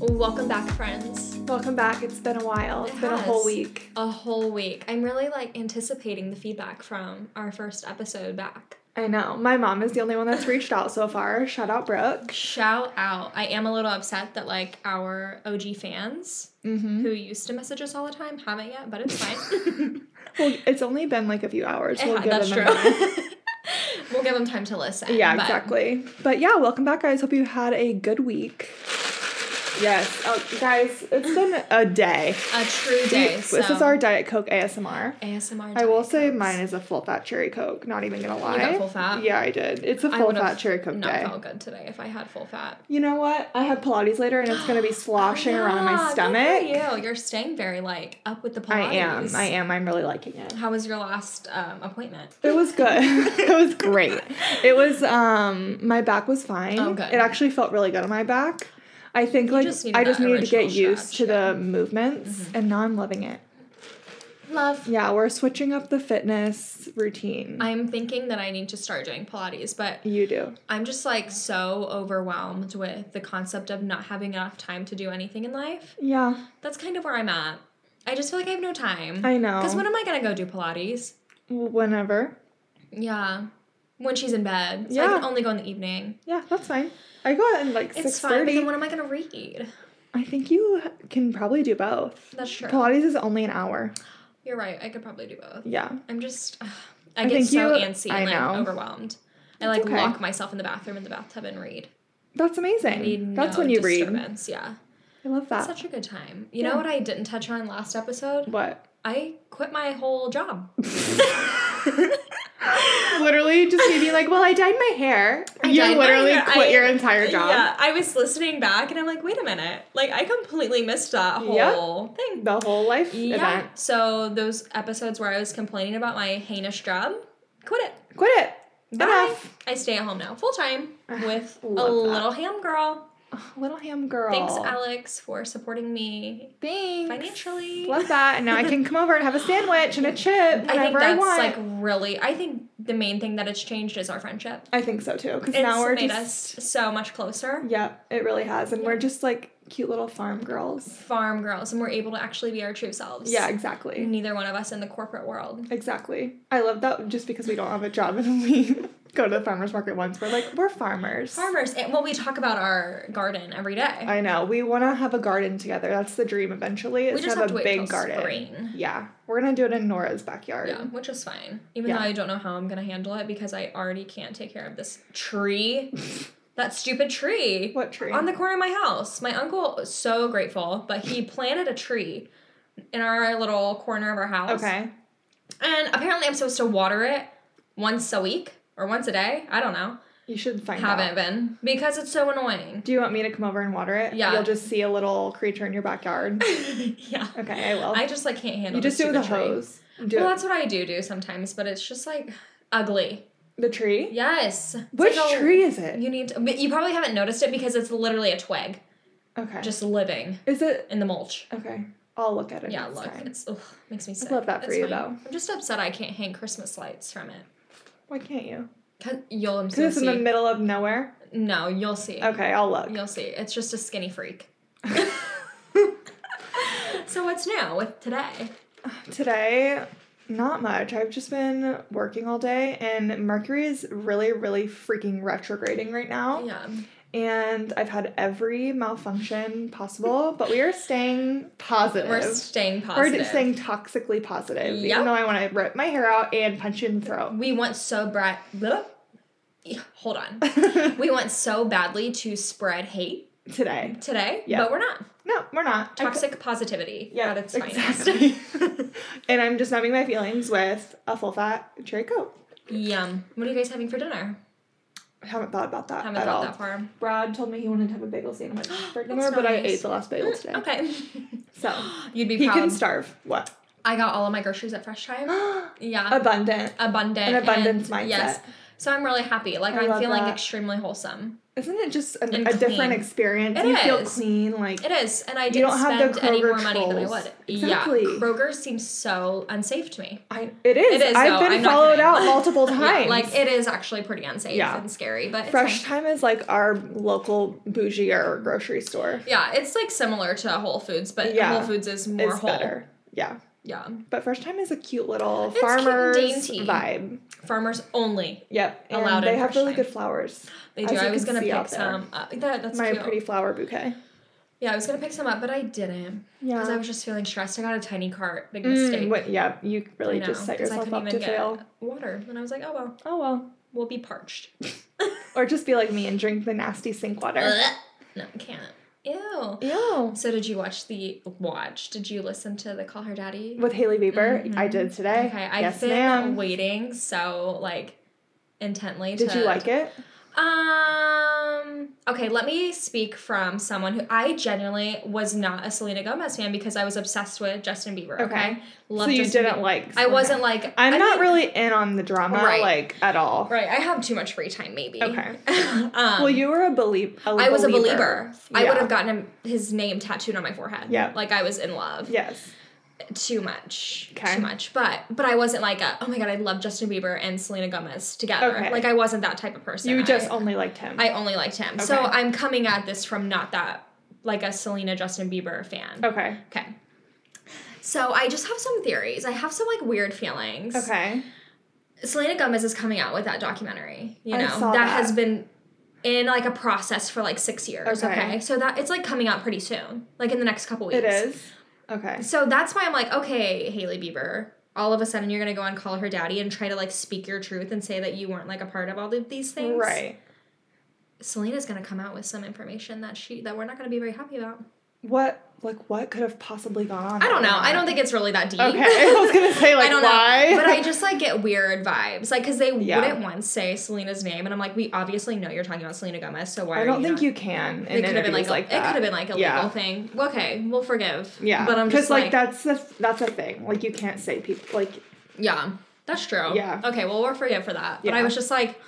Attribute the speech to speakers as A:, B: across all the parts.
A: Welcome back, friends.
B: Welcome back. It's been a while.
A: It
B: It's been a
A: has.
B: whole week.
A: A whole week. I'm really like anticipating the feedback from our first episode back.
B: I know. My mom is the only one that's reached out so far. Shout out Brooke.
A: Shout out. I am a little upset that like our OG fans
B: Mm-hmm.
A: who used to message us all the time haven't yet, but it's fine.
B: Well, it's only been like a few hours.
A: Yeah, that's
B: them a minute.
A: true. we'll give them time to listen.
B: yeah,
A: but
B: exactly. But yeah, welcome back, guys. Hope you had a good week. Yes, oh, guys, it's been a day.
A: A true day.
B: We-
A: so
B: This is our Diet Coke ASMR.
A: ASMR.
B: I will
A: Diet
B: say
A: Cokes.
B: mine is a full fat cherry Coke. Not even gonna lie.
A: full fat?
B: Yeah, I did. It's a
A: I
B: full
A: would've
B: fat cherry Coke
A: Not
B: day.
A: felt good today if I had full fat.
B: You know what? I had Pilates later, and it's gonna be Oh, sloshing around in
A: Yeah,
B: my
A: good
B: stomach.
A: for you. You're staying very like up with the Pilates.
B: I am. I am. I'm really liking it.
A: How was your last um, appointment?
B: It was good. it was great. It was um my back was fine.
A: Oh, good.
B: It actually felt really good on my back. I think like
A: just needed
B: I just
A: that
B: needed to get
A: original
B: used
A: stretch, Mm-hmm.
B: to the movements and now I'm loving it.
A: Love.
B: Yeah, we're switching up the fitness routine.
A: I'm thinking that I need to start doing Pilates, but
B: you do.
A: I'm just like so overwhelmed with the concept of not having enough time to do anything in life.
B: Yeah,
A: That's kind of where I'm at. I just feel like I have no time.
B: I know.
A: Because when am I gonna go do Pilates?
B: Whenever.
A: Yeah. When she's in bed. So I
B: Yeah.
A: can only go in the evening.
B: Yeah, that's fine. I go out in like
A: It's
B: six
A: fine, but
B: thirty.
A: then when am I gonna read?
B: I think you can probably do both.
A: That's true.
B: Pilates is only an hour.
A: You're right. I could probably do both.
B: Yeah.
A: I'm just, ugh, I,
B: I
A: get
B: think
A: so
B: you-
A: antsy
B: I
A: and like
B: know.
A: overwhelmed. I like
B: okay.
A: lock myself in the bathroom in the bathtub and read.
B: That's
A: I need
B: amazing. Mm-hmm. That's
A: no
B: when you read.
A: disturbance. Yeah,
B: I love
A: It's
B: that.
A: such a good time. You know
B: Yeah.
A: what I didn't touch on last episode?
B: what?
A: I quit my whole job.
B: literally just me being like, well, I dyed my hair.
A: I
B: you
A: dyed my
B: literally
A: hair.
B: quit
A: I-
B: your entire job.
A: Yeah, I was listening back and I'm like, wait a minute, like I completely missed that
B: Yep.
A: whole thing.
B: The whole life
A: Yeah.
B: event.
A: So those episodes where I was complaining about my heinous job, quit it.
B: Quit it.
A: Bye.
B: Enough.
A: I stay at home now full time with a
B: Love that.
A: little ham girl.
B: Little ham girl.
A: Thanks, Alex, for supporting me
B: Thanks.
A: financially.
B: Love that. And now I can come over and have a sandwich and a chip
A: I think
B: whenever I,
A: that's
B: want.
A: like really. I think the main thing that it's changed is our friendship.
B: I think so too. Because
A: It's
B: now we're
A: made
B: just.
A: us so much closer,
B: Yeah, it really has. And we're just like cute little farm girls.
A: farm girls, and we're able to actually be our true selves.
B: Yeah, exactly.
A: Neither one of us in the corporate world.
B: Exactly. I love that just because we don't have a job and we go to the farmer's market once. We're like, we're farmers.
A: Farmers, and well, we talk about our garden every day.
B: I know. We want to have a garden together. That's the dream eventually. Is
A: we
B: to
A: just
B: have,
A: have
B: a
A: to wait
B: big
A: till
B: garden.
A: spring.
B: Yeah. We're going to do it in Nora's backyard.
A: Yeah, which is fine. Even
B: Yeah.
A: though I don't know how I'm gonna handle it because I already can't take care of this tree. that stupid tree.
B: What tree?
A: on the corner of my house. My uncle is so grateful, but he planted a tree in our little corner of our house.
B: Okay.
A: And apparently I'm supposed to water it once a week or once a day. I don't know.
B: You should find out.
A: Haven't been because it's so annoying.
B: Do you want me to come over and water it?
A: Yeah.
B: You'll just see a little creature in your backyard.
A: yeah.
B: Okay, I will.
A: I just like can't handle
B: you just do it
A: this
B: with a
A: stupid tree.
B: hose. Do
A: Well,
B: it-
A: that's what I do do sometimes, but it's just like ugly.
B: the tree?
A: Yes. It's
B: Which
A: like a-
B: tree is it?
A: You need to, but you probably haven't noticed it because it's literally a twig
B: Okay.
A: just living
B: is it?
A: in the mulch.
B: Okay. I'll look at it.
A: Yeah,
B: next
A: look,
B: time.
A: it's ugh, makes me sick.
B: love that for
A: It's
B: you,
A: fine.
B: though.
A: I'm just upset I can't hang Christmas lights from it.
B: Why can't you?
A: 'Cause you'll
B: Because it's
A: see.
B: in the middle of nowhere.
A: no, you'll see.
B: Okay, I'll look.
A: You'll see. It's just a skinny freak. so what's new with today?
B: Today, not much. I've just been working all day, and Mercury is really, really freaking retrograding right now.
A: Yeah,
B: And I've had every malfunction possible, but we are staying positive.
A: we're staying
B: We're
A: positive.
B: just staying toxically positive,
A: Yep.
B: even though I want to rip my hair out and punch you in the throat.
A: we want so bad. Hold on. we want so badly to spread hate
B: Today.
A: today,
B: Yeah.
A: but we're not.
B: No, we're not. I-
A: Toxic positivity
B: Yeah,
A: at its finest.
B: exactly. and I'm just numbing my feelings with a full fat cherry coke.
A: Yum. What are you guys having for dinner?
B: I haven't thought about that
A: Haven't
B: at
A: thought
B: all.
A: that far.
B: Brad told me he wanted to have a bagel sandwich for dinner,
A: That's
B: but I
A: nice. Mm,
B: ate the last bagel today.
A: Okay.
B: So
A: You'd be
B: he
A: proud.
B: can starve. What?
A: I got all of my groceries at Fresh Time. Yeah.
B: Abundant.
A: abundant.
B: An abundance
A: and-
B: mindset.
A: Yes. So I'm really happy. Like
B: I
A: I am
B: love
A: feeling
B: that.
A: extremely wholesome.
B: Isn't it just a,
A: And
B: a
A: clean.
B: different experience?
A: It
B: you feel
A: is.
B: clean, like
A: It is, and I
B: You
A: didn't
B: don't have
A: spend
B: the
A: any
B: Kroger
A: more money than I
B: trolls.
A: would.
B: Exactly.
A: Yeah, Kroger seems so unsafe to me.
B: I, it
A: It
B: is.
A: is,
B: I've
A: though.
B: been
A: I'm not
B: followed
A: kidding.
B: out multiple times.
A: Yeah, like it is actually pretty unsafe
B: Yeah.
A: and scary, but it's
B: Fresh
A: fine.
B: Time is like our local bougie or grocery store.
A: Yeah, it's like similar to Whole Foods, but
B: Yeah.
A: Whole Foods is more
B: it's
A: whole.
B: better. Yeah,
A: Yeah,
B: but Fresh Time is a cute little
A: It's cute and
B: farmer's
A: dainty.
B: vibe.
A: farmers only.
B: Yep, and
A: Allowed
B: they
A: in
B: have
A: Fresh
B: really
A: Thyme.
B: good flowers.
A: They
B: As
A: do.
B: you
A: I was
B: can
A: gonna
B: see
A: pick
B: out there.
A: some. Up. That, that's
B: My
A: cute.
B: pretty flower bouquet.
A: Yeah, I was gonna pick some up, but I didn't
B: Yeah.
A: because I was just feeling stressed. I got a tiny cart. Big mistake.
B: Mm, what, yeah, you really just set
A: 'cause I
B: yourself
A: couldn't
B: up to
A: even get
B: fail.
A: Water, and I was like, oh well,
B: Oh well.
A: we'll be parched.
B: Or just be like me and drink the nasty sink water.
A: no, can't. Ew.
B: Ew.
A: So did you watch the watch? Did you listen to the Call Her Daddy?
B: With Haley Bieber, I
A: Mhm.
B: did today.
A: Okay, I've
B: yes,
A: been
B: ma'am.
A: waiting so like intently.
B: Did
A: to,
B: you like it?
A: Um. Okay, let me speak from someone who I genuinely was not a Selena Gomez fan because I was obsessed with Justin Bieber. Okay,
B: Okay.
A: Love
B: so you
A: Justin
B: didn't
A: Bieber.
B: like.
A: I
B: Selena.
A: wasn't like.
B: I'm
A: I
B: not
A: mean-
B: really in on the drama
A: Right.
B: like at all.
A: right. I have too much free time, maybe.
B: Okay.
A: um,
B: Well, you were a believer.
A: I was a believer. I
B: Yeah.
A: would have gotten him, his name tattooed on my forehead.
B: Yeah.
A: Like I was in love.
B: Yes.
A: Too much.
B: Okay.
A: Too much. But but I wasn't like a oh my god, I love Justin Bieber and Selena Gomez together.
B: Okay.
A: Like I wasn't that type of person.
B: You
A: I-
B: just only liked him.
A: I only liked him. So
B: Okay.
A: I'm coming at this from not that like a Selena Justin Bieber fan.
B: okay.
A: Okay. So I just have some theories. I have some like weird feelings.
B: Okay.
A: Selena Gomez is coming out with that documentary. You
B: I
A: know
B: saw that.
A: has been in like a process for like six years.
B: Okay.
A: Okay. so that it's like coming out pretty soon, like in the next couple weeks.
B: It is. Okay.
A: So that's why I'm like, okay, Haley Bieber. All of a sudden, you're gonna go and call her daddy and try to like speak your truth and say that you weren't like a part of all of these things.
B: Right.
A: Selena's gonna come out with some information that she that we're not gonna be very happy about.
B: What? Like what could have possibly gone on?
A: I don't
B: that
A: know.
B: night?
A: I don't think it's really that deep.
B: Okay. I was gonna say like
A: I don't
B: why,
A: know. But I just like get weird vibes. Like, because they
B: Yeah.
A: wouldn't once say Selena's name. And I'm like, we obviously know you're talking about Selena Gomez. So why
B: I
A: are
B: don't
A: you
B: think
A: not-
B: you can.
A: It
B: In
A: could have been like,
B: interviews like
A: a, it
B: that.
A: could have been like a
B: Yeah.
A: legal thing. Okay, we'll forgive.
B: Yeah,
A: but I'm just
B: like,
A: like,
B: that's the that's a thing. Like you can't say people like
A: yeah, that's true.
B: Yeah.
A: Okay, well we'll forgive for that. But I
B: Yeah.
A: was just like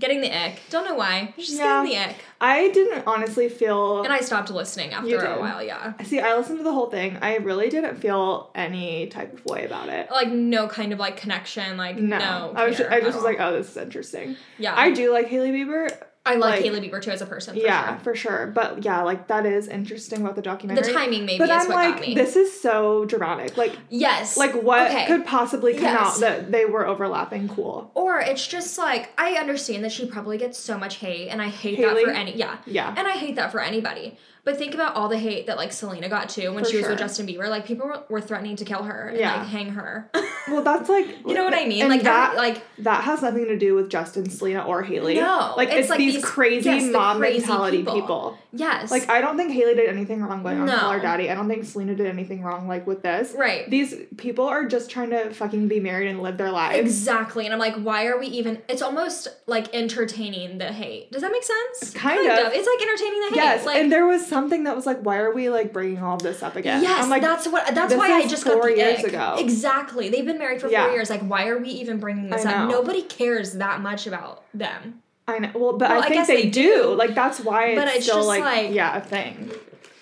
A: getting the ick. Don't know why. Just
B: Yeah.
A: getting the ick.
B: I didn't honestly feel.
A: And I stopped listening after
B: You
A: a
B: did.
A: while. Yeah.
B: see. I listened to the whole thing. I really didn't feel any type of way about it.
A: Like no kind of like connection. Like
B: No,
A: Oh, no.
B: I was
A: care
B: just, I
A: at
B: just was
A: all.
B: like, oh, this is interesting.
A: yeah.
B: I do like Haley Bieber.
A: I like,
B: like-
A: Haley Bieber too as a person. For
B: yeah,
A: Sure.
B: for sure. But yeah, like that is interesting about the documentary.
A: The timing maybe
B: but
A: is
B: I'm
A: what
B: like,
A: got me.
B: this is so dramatic. Like,
A: yes.
B: like what
A: Okay.
B: could possibly come
A: Yes.
B: out that they were overlapping? Cool.
A: Or it's just like I understand that she probably gets so much hate, and I hate that for
B: Haley?
A: any yeah,
B: Yeah.
A: and I hate that for anybody. But think about all the hate that like Selena got too when
B: For
A: she was with
B: sure.
A: Justin Bieber. Like people were, were threatening to kill her and
B: Yeah.
A: like hang her.
B: well, that's like
A: you know what I mean?
B: and
A: like
B: that
A: every- like
B: that has nothing to do with Justin, Selena, or Haley.
A: No,
B: like
A: it's
B: it's,
A: like
B: these,
A: these-
B: crazy
A: yes, the
B: mob
A: crazy
B: mentality
A: people.
B: people.
A: yes,
B: Like I don't think Haley did anything wrong by on
A: No.
B: Call Her Daddy. I don't think Selena did anything wrong like with this.
A: right.
B: These people are just trying to fucking be married and live their lives.
A: Exactly, and I'm like, why are we even? It's almost like entertaining the hate. Does that make sense?
B: Kind of.
A: It's like entertaining the hate.
B: Yes,
A: like,
B: and there was something that was like, why are we like bringing all of this up again?
A: Yes,
B: I'm like,
A: that's what. That's
B: this
A: why I
B: is
A: just got
B: four
A: the
B: years
A: ick.
B: ago.
A: Exactly, they've been married for
B: Yeah.
A: four years. Like, why are we even bringing this
B: I
A: up?
B: know.
A: Nobody cares that much about them.
B: I know. Well, but
A: Well, I
B: I think
A: guess
B: they,
A: they
B: do.
A: do.
B: Like that's why it's,
A: But it's
B: still
A: just,
B: like,
A: like-
B: yeah a thing.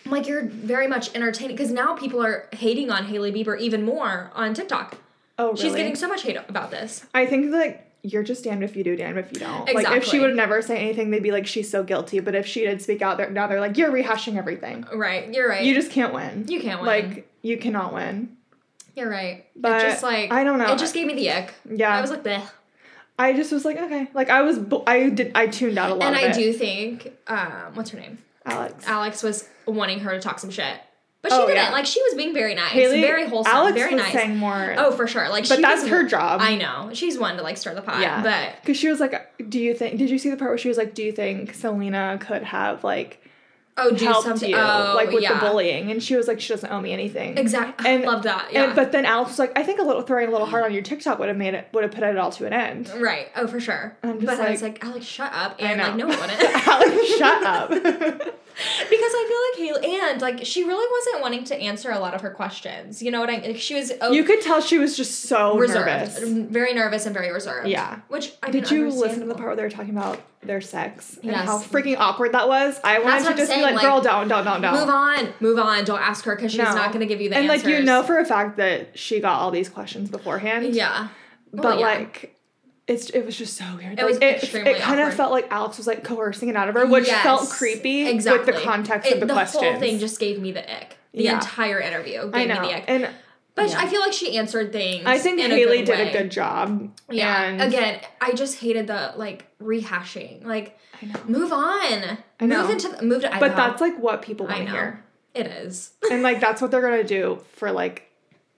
A: I'm like, you're very much entertaining because now people are hating on Hailey Bieber even more on TikTok.
B: Oh, really?
A: She's getting so much hate about this.
B: I think like you're just damned if you do, damned if you don't. Like if
A: Exactly.
B: she would never say anything, they'd be like, she's so guilty. But if she did speak out, there now they're like, you're rehashing everything.
A: Right, you're right.
B: You just can't win.
A: You can't win.
B: Like you cannot win.
A: you're right.
B: But
A: it just like
B: I don't know.
A: It just gave me the ick.
B: Yeah.
A: I was like, bleh.
B: I just was like, okay. Like I was, bo- I did, I tuned out a lot.
A: and
B: of
A: I
B: it,
A: do think, um, what's her name?
B: Alex.
A: Alex was wanting her to talk some shit, but she
B: Oh,
A: didn't.
B: yeah.
A: Like, she was being very nice,
B: Haley-
A: very wholesome,
B: Alex
A: very
B: was
A: nice.
B: saying more.
A: Oh, for sure. Like,
B: but
A: she
B: that's
A: was-
B: her job.
A: I know she's one to like stir the pot.
B: yeah,
A: but
B: because she was like, "Do you think? Did you see the part where she was like, do you think Selena could have like
A: oh, do
B: helped
A: something.
B: you
A: Oh,
B: like with
A: yeah.
B: the bullying?" And she was like, "She doesn't owe me anything."
A: Exactly.
B: And-
A: Love that. Yeah.
B: And, but then Alex was like, I think a little throwing a little hard on your TikTok would have made it would have put it all to an end.
A: right. Oh, for sure.
B: I'm
A: but
B: just
A: I was like, Alex, shut up. And like, no, it wouldn't.
B: Alex, shut up.
A: because I feel like Haley and like she really wasn't wanting to answer a lot of her questions. You know what I mean? Like, she was oh,
B: You could tell she was just so
A: reserved, Mm,
B: nervous.
A: very nervous and very reserved.
B: Yeah.
A: Which I mean,
B: Did you listen to the
A: understandable.
B: part where they were talking about their sex and
A: Yes.
B: how freaking awkward that was? I
A: That's
B: wanted
A: what
B: to
A: I'm
B: just
A: saying,
B: be like,
A: like,
B: girl, don't, don't, don't, don't.
A: Move on, move on. Don't ask her because she's
B: No.
A: not going to give you the
B: and
A: answers.
B: like you know for a fact that she got all these questions beforehand.
A: yeah,
B: But
A: Well, yeah.
B: like it's it was just so weird.
A: It
B: Like,
A: was
B: it,
A: extremely
B: it kind of
A: awkward.
B: felt like Alex was like coercing it out of her, which
A: Yes,
B: felt creepy
A: exactly.
B: with the context
A: It-
B: of the, question.
A: whole thing just gave me the ick. The
B: Yeah.
A: entire interview gave
B: I know.
A: me the ick.
B: And
A: But
C: Yeah.
A: I feel like she answered things.
B: I think
A: in
B: Haley
A: a good
B: did
A: way.
B: a good job.
A: Yeah.
B: And
A: Again, I just hated the like rehashing. Like,
B: I know.
A: move on.
B: I know.
A: Move into the, move to Idaho.
B: But that's like what people
A: I
B: want to
A: know.
B: hear.
A: it is.
B: And like that's what they're gonna do for like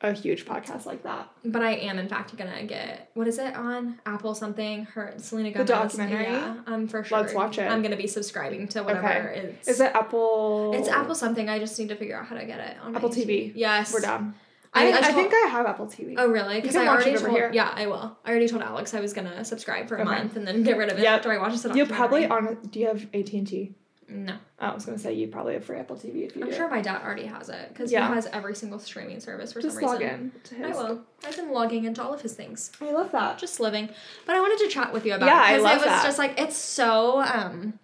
B: a huge podcast like that.
A: But I am in fact gonna get what is it on Apple something? Her Selena
B: The
A: Gomez
B: documentary?
A: Yeah, I'm for sure.
B: Let's watch it.
A: I'm gonna be subscribing to whatever
B: Okay.
A: it's.
B: Is it Apple
A: It's Apple something. I just need to figure out how to get it on my
B: Oh. Apple TV.
A: YouTube. Yes.
B: We're done.
A: I,
B: I, I,
A: told-
B: think I have Apple TV.
A: Oh really? Because
B: can
A: I
B: watch it
A: already
B: over
A: told.
B: here.
A: Yeah, I will. I already told Alex I was gonna subscribe for a
B: Okay.
A: month and then get rid of it
B: Yep.
A: after I watch this.
B: You'll probably
A: documentary.
B: on do you have AT and T?
A: no.
B: I was gonna say you probably have free Apple TV if you
A: I'm
B: do.
A: sure my dad already has it because
B: Yeah.
A: he has every single streaming service for
B: Just
A: some
B: log
A: reason.
B: in. To his.
A: I will. I've been logging into all of his things.
B: I love that.
A: Just living. But I wanted to chat with you about
B: Yeah, I
A: it because
B: love
A: it was
B: that.
A: just like it's so um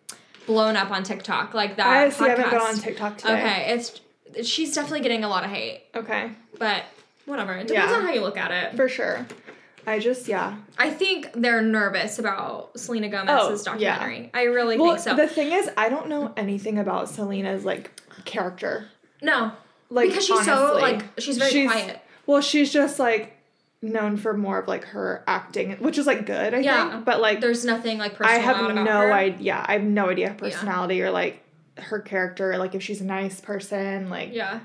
A: blown up on TikTok. Like that.
B: I see. I haven't
A: podcast.
B: been on TikTok today.
A: Okay, it's she's definitely getting a lot of hate,
B: Okay.
A: but whatever. It depends
B: Yeah.
A: on how you look at it.
B: For sure. I just yeah.
A: I think they're nervous about Selena Gomez's
B: Oh, yeah.
A: documentary. I really
B: well,
A: think so.
B: the thing is, I don't know anything about Selena's like character.
A: no,
B: Like
A: because she's so
B: honestly.
A: like she's very quiet.
B: Well, she's just like known for more of like her acting, which is like good, I
A: Yeah.
B: think. But like
A: There's nothing like
B: I
A: personal out
B: have
A: about
B: no
A: her.
B: idea. Yeah, I have no idea her personality or like her character, like if she's a nice person, like
A: Yeah.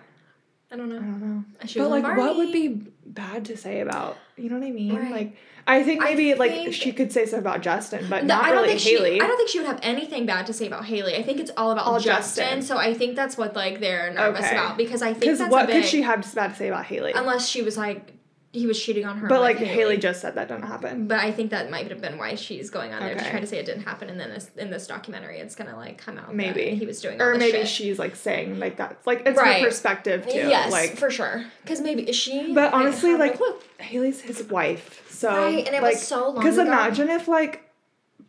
A: I don't
B: I
A: know.
B: don't know.
A: She
B: but
A: was
B: like,
A: in
B: what would
A: Barbie.
B: be bad to say about you know what I mean?
A: Right.
B: Like, I think
A: I
B: maybe like
A: think-
B: she could say something about Justin, but
A: No,
B: not
A: I don't
B: really
A: think
B: Haley.
A: she. I don't think she would have anything bad to say about Haley. I think it's all about
B: All
A: Justin,
B: Justin.
A: So I think that's what like they're nervous
B: Okay.
A: about because I think
B: because
A: that's
B: what
A: a big,
B: could she have just bad to say about Haley?
A: Unless she was like he was cheating on her. with
B: but like Haley just said that didn't happen.
A: But I think that might have been why she's going on there
B: Okay.
A: to try to say it didn't happen, and then this, in this documentary, it's gonna like come out that
B: Maybe.
A: he was doing all
B: Or
A: this
B: maybe
A: shit.
B: she's like saying like that's like it's
A: Right.
B: her perspective too.
A: yes,
B: Like
A: for sure. Because maybe she.
B: But honestly,
A: have no
B: like-
A: clue.
B: Haley's his wife, so
A: Right, and it was so long
B: Because
A: ago.
B: imagine if like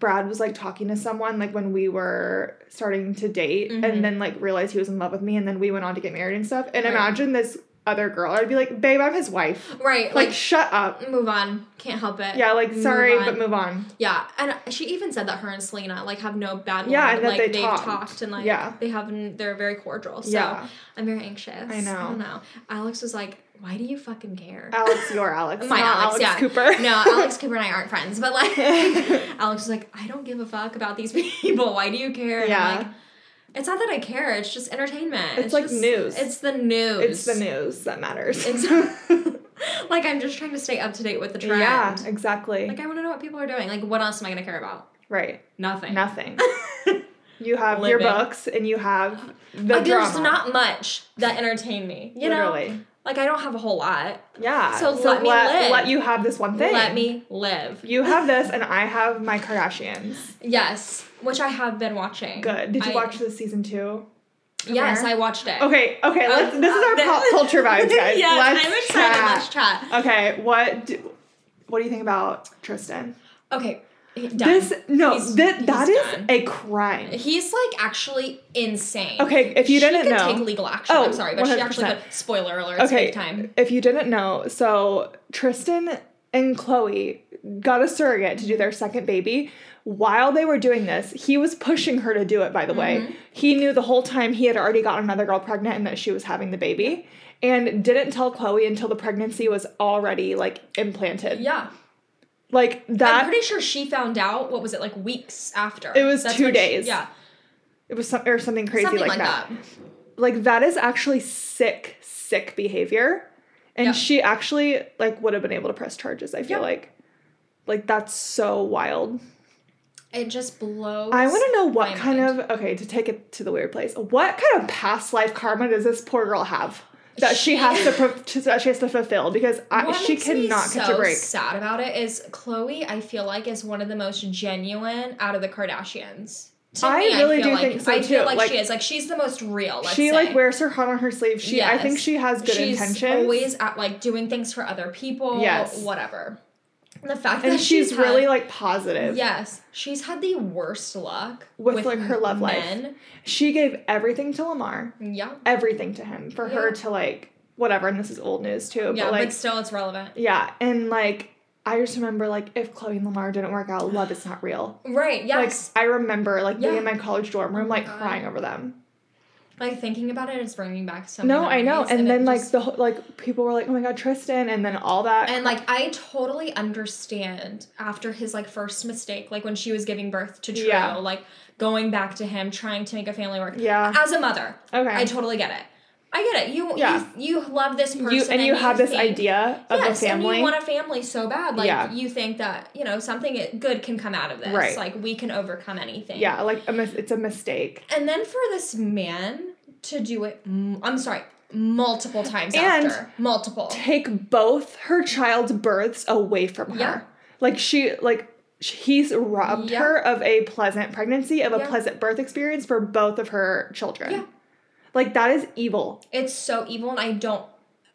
B: Brad was like talking to someone like when we were starting to date,
A: Mhm.
B: and then like realized he was in love with me, and then we went on to get married and stuff. And
A: Right.
B: imagine this other girl, I'd be like, babe, I'm his wife.
A: right,
B: Like,
A: like,
B: shut up.
A: move on, can't help it.
B: Yeah, like sorry,
A: on.
B: but move on.
A: Yeah, and she even said that her and Selena like have no bad
B: Yeah,
A: blood.
B: and that
A: like
B: they
A: have
B: talked.
A: talked. and like
B: Yeah.
A: they have n- they're very cordial. So
B: Yeah.
A: I'm very anxious.
B: I know.
A: I don't know. Alex was like, "Why do you fucking care?"
B: Alex, your Alex,
A: My
B: not
A: Alex, yeah.
B: Cooper.
A: no, Alex Cooper and I aren't friends, but like Alex was like, "I don't give a fuck about these people. Why do you care?" And I'm
B: Yeah.
A: like, it's not that I care. It's just entertainment.
B: It's like
A: just-
B: news.
A: It's the news.
B: it's the news that matters.
A: Exactly. like I'm just trying to stay up to date with the trend.
B: yeah, exactly.
A: Like I want to know what people are doing. Like what else am I gonna care about?
B: right.
A: Nothing.
B: Nothing. you have
A: Living.
B: your books, and you have the
A: like
B: drama.
A: there's not much that entertain me. You
B: Literally.
A: know, like I don't have a whole lot.
B: Yeah.
A: So let me live.
B: let you have this one thing.
A: Let me live.
B: You have this, and I have my Kardashians.
A: Yes, which I have been watching.
B: Good. Did you
A: I-
B: watch the season two?
A: Yes,
B: premiere?
A: I watched it.
B: Okay. Okay. Let's, this is our
A: Uh,
B: pop culture vibes, guys.
A: yes,
B: let's
A: I'm excited.
B: Chat.
A: Let's chat.
B: Okay. What? Do, what do you think about Tristan?
A: Okay, he- done.
B: This no.
A: He's-
B: that that
A: he's
B: is
A: done.
B: a crime.
A: He's like actually insane.
B: Okay. If you
A: she
B: didn't
A: could
B: know,
A: take legal action.
B: Oh,
A: I'm sorry, but she actually
B: 100%.
A: could. Spoiler alert! It's
B: Okay.
A: big time.
B: If you didn't know, so Tristan and Chloe got a surrogate to do their second baby. While they were doing this, he was pushing her to do it, by the
A: Mm-hmm.
B: way. He knew the whole time he had already got another girl pregnant and that she was having the baby and didn't tell Chloe until the pregnancy was already like implanted.
A: Yeah,
B: Like
A: I'm
B: that
A: pretty sure she found out. What was it like weeks after?
B: It was two
A: when she-
B: days.
A: yeah,
B: it was some, or something crazy
A: something
B: like, that. Like that is actually sick sick behavior. And
A: Yeah.
B: she actually like would have been able to press charges, I feel
A: Yeah.
B: like. Like that's so wild.
A: It just blows.
B: I want to know what
A: my
B: kind
A: mind.
B: of okay to take it to the weird place. What kind of past life karma does this poor girl have that she,
A: She-
B: has to, pro- to that she has to fulfill because I,
A: What
B: she
A: makes me
B: cannot catch a
A: so
B: break.
A: Sad about it is Chloe. I feel like is one of the most genuine out of the Kardashians. To
B: I
A: me,
B: really
A: I feel
B: do
A: like,
B: think so,
A: I feel
B: too.
A: like,
B: Like,
A: she is. Like she's the most real. Let's
B: she
A: say.
B: like wears her heart on her sleeve. She I think
A: Yes.
B: she has good
A: she's
B: intentions.
A: always at like doing things for other people.
B: Yes.
A: Whatever. And the fact
B: and
A: that
B: she's,
A: had-
B: really like positive.
A: Yes, she's had the worst luck
B: With, like, her love life.
A: men.
B: She gave everything to Lamar.
A: Yeah,
B: Everything to him. For her
A: Yeah.
B: to like whatever, and this is old news too.
A: yeah,
B: but like
A: but still, it's relevant.
B: Yeah. And like I just remember like if Chloe and Lamar didn't work out, love is not real.
A: Right. Yes.
B: Like I remember like being
A: Yeah. Oh
B: in my college dorm room like
A: God.
B: crying over them.
A: Like, thinking about it is bringing back some.
B: No, I know.
A: memories,
B: And
A: it
B: then like
A: just-
B: the whole, like people were like, "Oh my god, Tristan," and then all that.
A: And like I totally understand after his like first mistake, like when she was giving birth to Trio,
B: Yeah.
A: like going back to him, trying to make a family work.
B: Yeah.
A: As a mother,
B: okay.
A: I totally get it. I get it. You
B: Yeah.
A: you, you love this person,
B: you and you have this
A: think-
B: idea of
A: yes,
B: a
A: and
B: family.
A: you want a family so bad. Like
B: Yeah.
A: you think that you know something i- good can come out of this.
B: Right.
A: Like we can overcome anything.
B: yeah, like a mis- it's a mistake.
A: And then for this man to do it, m- I'm sorry, multiple times
B: And-
A: after multiple.
B: Take both her child's births away from her.
A: Yeah.
B: Like she like sh- he's robbed
A: Yeah.
B: her of a pleasant pregnancy, of a
A: Yeah.
B: pleasant birth experience for both of her children.
A: Yeah.
B: Like that is evil.
A: It's so evil, and I don't.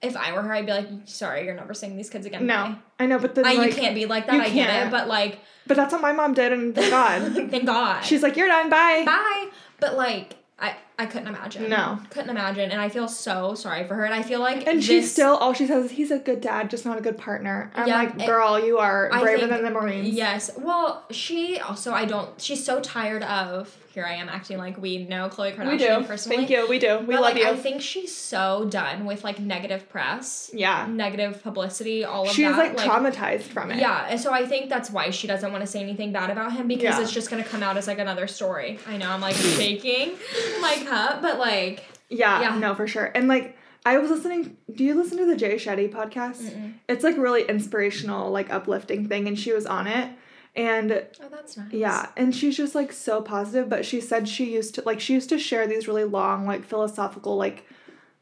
A: If I were her, I'd be like, "Sorry, you're never seeing these kids again."
B: No,
A: Bye."
B: I know, but then
A: I,
B: like,
A: you can't be like that.
B: you
A: I get
B: can't.
A: it, but like,
B: But that's what my mom did, and thank God,
A: thank God,
B: she's like, "You're done, bye."
A: bye. But like, I I couldn't imagine.
B: No.
A: couldn't imagine, and I feel so sorry for her. And I feel like
B: And
A: this,
B: she still, all she says is, "He's a good dad, just not a good partner." I'm
A: Yeah,
B: like,
A: it-
B: "Girl, you are
A: I
B: braver
A: think-
B: than the Marines."
A: Yes. Well, she also I don't. She's so tired of. Here I am acting like we know Chloe Kardashian
B: we do.
A: personally.
B: Thank you. We do. We
A: But,
B: love
A: like,
B: you.
A: I think she's so done with like negative press,
B: yeah,
A: negative publicity, all of
B: she's
A: that.
B: like, traumatized from it.
A: Yeah, and so I think that's why she doesn't want to say anything bad about him because
B: Yeah.
A: it's just gonna come out as like another story. I know I'm like shaking my cup, but like
B: yeah,
A: Yeah.
B: No, for sure. And like, I was listening. Do you listen to the Jay Shetty podcast?
A: Mm-mm.
B: It's like really inspirational, like uplifting thing, and she was on it. And
A: oh, that's nice.
B: Yeah, and she's just like so positive, but she said she used to like she used to share these really long like philosophical like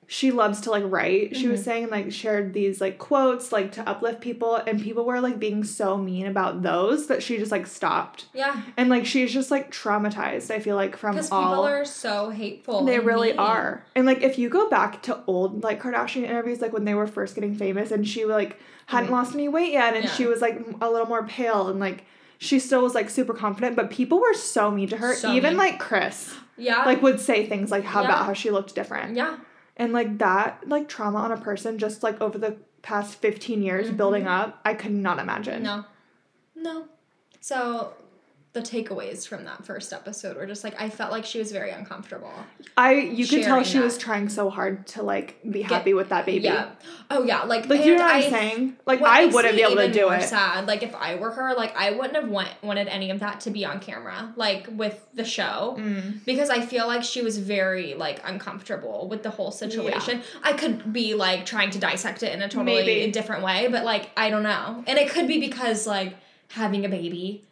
B: she loves to like write. She
A: Mm-hmm.
B: was saying like shared these like quotes like to uplift people and people were like being so mean about those that she just like stopped.
A: yeah,
B: And like she's just like traumatized, I feel like from
A: because people
B: all
A: are so hateful.
B: they
A: and
B: really
A: mean.
B: are. And like if you go back to old like Kardashian interviews, like when they were first getting famous and she like hadn't lost any weight yet and
A: Yeah.
B: she was like m- a little more pale and like she still was like super confident, but people were so mean to her.
A: So
B: Even
A: mean.
B: like Chris
A: Yeah,
B: like would say things like how about
A: Yeah.
B: how she looked different.
A: yeah,
B: And like that like trauma on a person just like over the past 15 years building up, I could not imagine.
A: Mm-hmm. no, no. So the takeaways from that first episode were just like I felt like she was very uncomfortable.
B: I you could
A: Sharing
B: tell she was
A: that.
B: trying so hard to like be happy with that baby.
A: Yeah. Oh yeah, like
B: Like
A: and
B: you know what
A: I
B: I'm saying? Like
A: What
B: I
A: makes
B: wouldn't
A: me
B: be able to
A: even
B: do
A: more
B: it.
A: Sad. Like if I were her, like I wouldn't have want, wanted any of that to be on camera, like with the show,
B: Mm.
A: because I feel like she was very like uncomfortable with the whole situation. I could be like trying to dissect it in a totally
B: Maybe.
A: different way, but like I don't know, and it could be because like having a baby,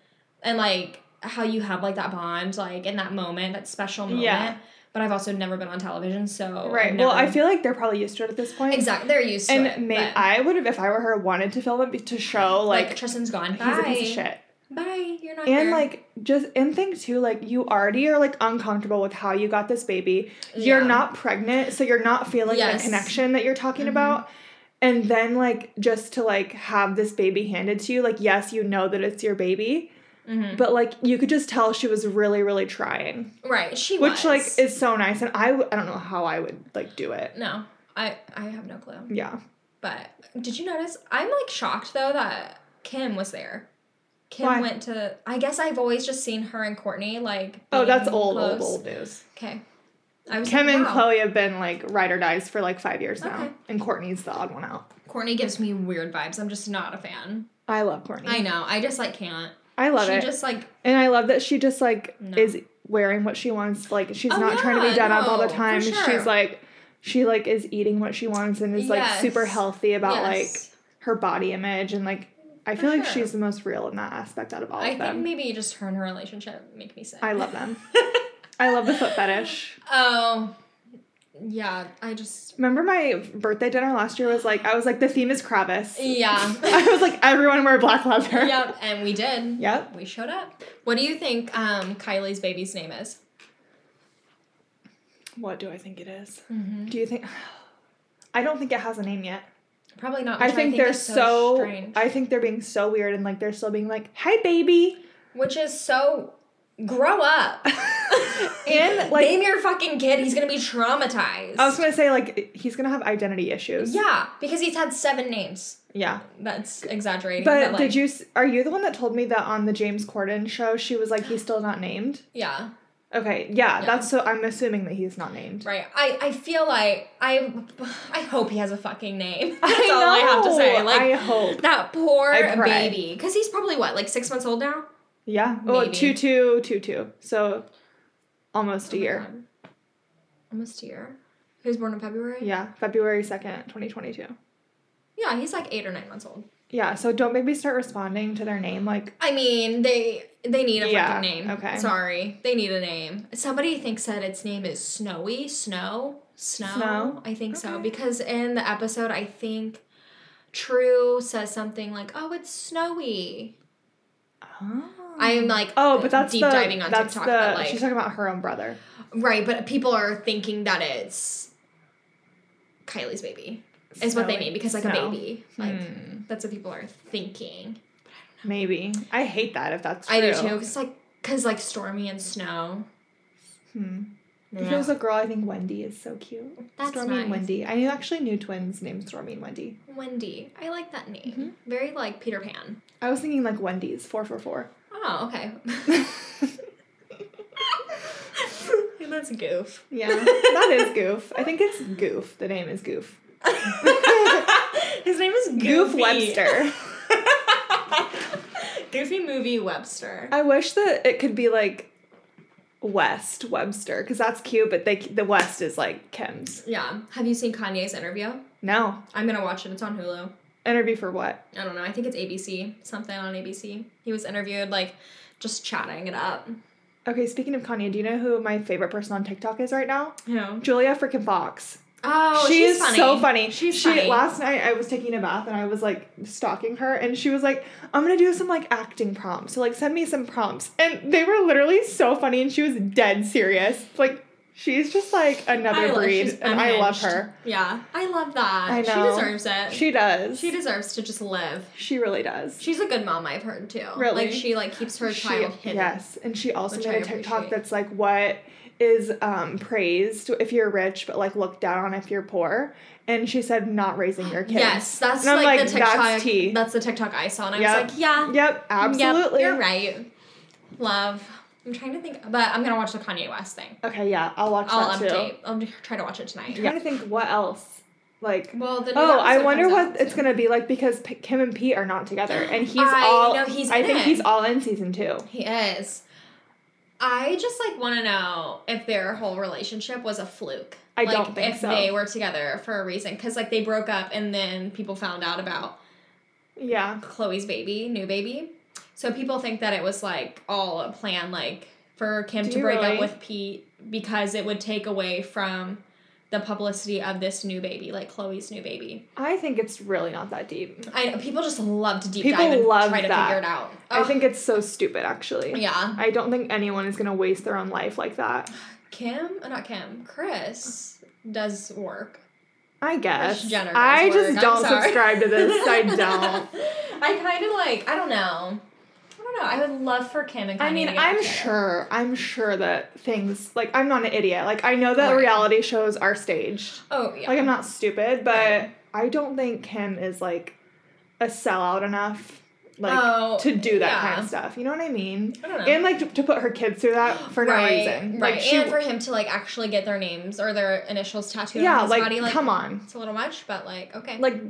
A: and like how you have like that bond, like in that moment, that special moment.
B: Yeah.
A: But I've also never been on television, so I've
B: Right. Well, I
A: never-
B: feel like they're probably used to it at this point.
A: exactly they're used to
B: And
A: it.
B: may-
A: but-
B: I would have, if I were her, wanted to film it be- to show
A: like,
B: like,
A: Tristan's gone.
B: he's a
A: Bye.
B: piece of shit.
A: Bye. You're not
B: And
A: here.
B: like just and think too, like you already are like uncomfortable with how you got this baby. You're
A: Yeah.
B: not pregnant, so you're not feeling the
A: Yes. Mm-hmm.
B: connection that you're talking about. And then like just to like have this baby handed to you, like yes, you know that it's your baby,
A: Mhm.
B: but like you could just tell she was really, really trying,
A: right. She
B: which
A: was.
B: like is so nice. And I w- I don't know how I would like do it.
A: no. I I have no clue.
B: Yeah.
A: But did you notice? I'm like shocked though that Kim was there. Kim
B: Why?
A: went to. I guess I've always just seen her and Courtney like.
B: Oh, that's
A: being
B: old,
A: close.
B: old, old news.
A: Okay. I was
B: Kim
A: like,
B: and
A: wow.
B: Chloe have been like ride or dies for like five years now,
A: Okay.
B: and Courtney's the odd one out.
A: Courtney gives me weird vibes. I'm just not a fan.
B: I love Courtney.
A: I
B: I,
A: know. I just like can't.
B: Mm. love
A: she
B: it,
A: just like
B: and I love that she just like
A: No.
B: is wearing what she wants. Like she's
A: Oh,
B: not trying to be
A: yeah,
B: done up all the
A: no, for
B: time. She's
A: sure.
B: like, she like is eating what she wants and is like super
A: Yes.
B: healthy about
A: yes.
B: like her body image and like. I
A: For
B: feel like
A: sure.
B: she's the most real in that aspect out of all
A: I
B: of
A: think
B: them.
A: maybe just her and her relationship make me sick.
B: I love them. I love the foot fetish.
A: Oh, yeah, I just
B: Remember my birthday dinner last year was like I was like the theme is Kravis.
A: yeah.
B: I was like everyone wear black leather.
A: yep, and we did.
B: Yep.
A: We showed up. What do you think um, Kylie's baby's name is?
B: What do I think it is? Do you think? I don't think it has a name yet.
A: Probably not.
B: I
A: which
B: think, they're
A: is
B: so.
A: strange.
B: I think they're being so weird and like they're still being like, "Hi, baby,"
A: which is so grow up.
B: and like
A: Name your fucking kid. He's gonna be traumatized.
B: I was gonna say like he's gonna have identity issues.
A: yeah, because he's had seven names.
B: Yeah.
A: That's exaggerating.
B: But
A: like,
B: did you? s- Are you the one that told me that on the James Corden show she was like he's still not named?
A: Yeah.
B: Okay, yeah,
A: Yeah.
B: that's so. I'm assuming that he's not named.
A: Right. I, I feel like I I hope he has a fucking name. That's
B: I
A: all I have to say.
B: know,
A: Like
B: I hope.
A: that poor
B: I pray.
A: baby. Because he's probably what, like six months old now?
B: Yeah. Oh,
A: Maybe.
B: two, two, two, two. So almost a year.
A: God. Almost a year. He was born in February?
B: Yeah, February second, twenty twenty two.
A: Yeah, he's like eight or nine months old.
B: Yeah. So don't make me start responding to their name. Like
A: I mean, they they need a
B: Yeah,
A: fucking name.
B: okay.
A: Sorry. They need a name. Somebody thinks that its name is Snowy. Snow? Snow?
B: Snow?
A: I think so.
B: Okay.
A: Because in the episode, I think True says something like, oh, it's snowy.
B: oh,
A: I'm like,
B: oh, but that's
A: deep
B: the,
A: diving on
B: that's
A: TikTok.
B: The,
A: but like,
B: she's talking about her own brother.
A: right, but people are thinking that it's Kylie's baby, is what they
B: Snowy.
A: mean, because like
B: Snow.
A: a baby. Like,
B: Hmm.
A: that's what people are thinking.
B: Maybe I hate that if that's true.
A: I do too, because like, because like Stormy and Snow.
B: Hmm. If it
A: Yeah.
B: was a girl, I think Wendy is so cute.
A: That's
B: Stormy
A: nice.
B: and Wendy. I knew actually knew twins named Stormy and Wendy.
A: Wendy. I like that name. Very like Peter Pan.
B: I was thinking like Wendy's four four four.
A: Oh, okay. That's goof.
B: Yeah, that is Goof. I think it's Goof. The name is Goof.
A: His name is Goofy.
B: Goof Webster.
A: Goofy movie Webster.
B: I wish that it could be like West Webster because that's cute, but they the West is like Kim's.
A: Yeah. Have you seen Kanye's interview?
B: No
A: I'm gonna watch it. It's on Hulu.
B: interview for what?
A: I don't know. I think it's ABC. Something on ABC. He was interviewed like just chatting it up.
B: Okay, speaking of Kanye, do you know who my favorite person on TikTok is right now?
A: Yeah.
B: Julia freaking Fox.
A: Oh,
B: she
A: she's
B: is
A: funny.
B: so funny.
A: She's
B: she
A: funny.
B: last night I was taking a bath and I was like stalking her and she was like, I'm gonna do some like acting prompts. So like send me some prompts. And they were literally so funny and she was dead serious. Like she's just like
A: I
B: another
A: love-
B: breed.
A: she's
B: and I love
A: unhinged.
B: her.
A: Yeah, I love that.
B: I
A: She
B: know.
A: deserves it. She,
B: She does.
A: she
B: She,
A: deserves to just live.
B: really does.
A: She's a good mom, I've heard too.
B: Really?
A: Like she like keeps her
B: She-
A: child hidden.
B: yes. And she also
A: Which
B: made
A: I
B: a TikTok
A: appreciate.
B: that's like what is um praised if you're rich but like looked down on if you're poor. And she said not raising your kids.
A: Yes, that's
B: And I'm
A: like,
B: like,
A: the TikTok.
B: that's
A: That's,
B: tea.
A: the TikTok I saw, and I
B: Yep.
A: was like, yeah,
B: Yep, absolutely.
A: yep, you're right. Love. I'm trying to think, but I'm gonna watch the Kanye West thing.
B: Okay, yeah, I'll watch
A: I'll
B: that
A: update.
B: too.
A: I'll d- try to watch it tonight.
B: I'm trying to think what else. Like,
A: Well, the new
B: oh, I
A: episode
B: wonder
A: comes
B: what
A: out
B: it's
A: soon.
B: gonna be like because P- Kim and Pete are not together, and he's
A: I
B: all.
A: know he's
B: I
A: in
B: think
A: it.
B: he's all in season two.
A: He is. I just like want to know if their whole relationship was a fluke.
B: I
A: like,
B: don't think
A: if
B: so.
A: they were together for a reason, because like they broke up and then people found out about
B: Yeah,
A: Chloe's baby, new baby. So people think that it was like all a plan, like for Kim
B: Do
A: to
B: you
A: break
B: really?
A: up with Pete because it would take away from the publicity of this new baby, like Chloe's new baby.
B: I think it's really not that deep.
A: I know people just love to deep
B: People
A: dive and
B: love
A: try to
B: that.
A: figure it out.
B: I
A: Ugh,
B: think it's so stupid, actually.
A: yeah.
B: I don't think anyone is gonna waste their own life like that.
A: Kim, uh, not Kim, Chris does work.
B: I guess.
A: Jenner does
B: I just
A: work, I'm
B: don't
A: sorry.
B: subscribe to this. I don't.
A: I kind of like. I don't know. I don't know. I would love for Kim and Kanye
B: I mean,
A: to get
B: I'm
A: together.
B: sure. I'm sure that things like I'm not an idiot. Like I know that
A: Right.
B: reality shows are staged.
A: Oh yeah.
B: Like I'm not stupid, but
A: Right.
B: I don't think Kim is like a sellout enough like
A: Oh,
B: to do that
A: yeah.
B: kind of stuff. You know what I mean?
A: I don't know.
B: And like to, to put her kids through that for
A: right,
B: no reason.
A: Right.
B: Like she
A: and for him to like actually get their names or their initials tattooed on
B: Yeah,
A: his
B: like,
A: body, like
B: come on.
A: it's a little much, but like okay,
B: Like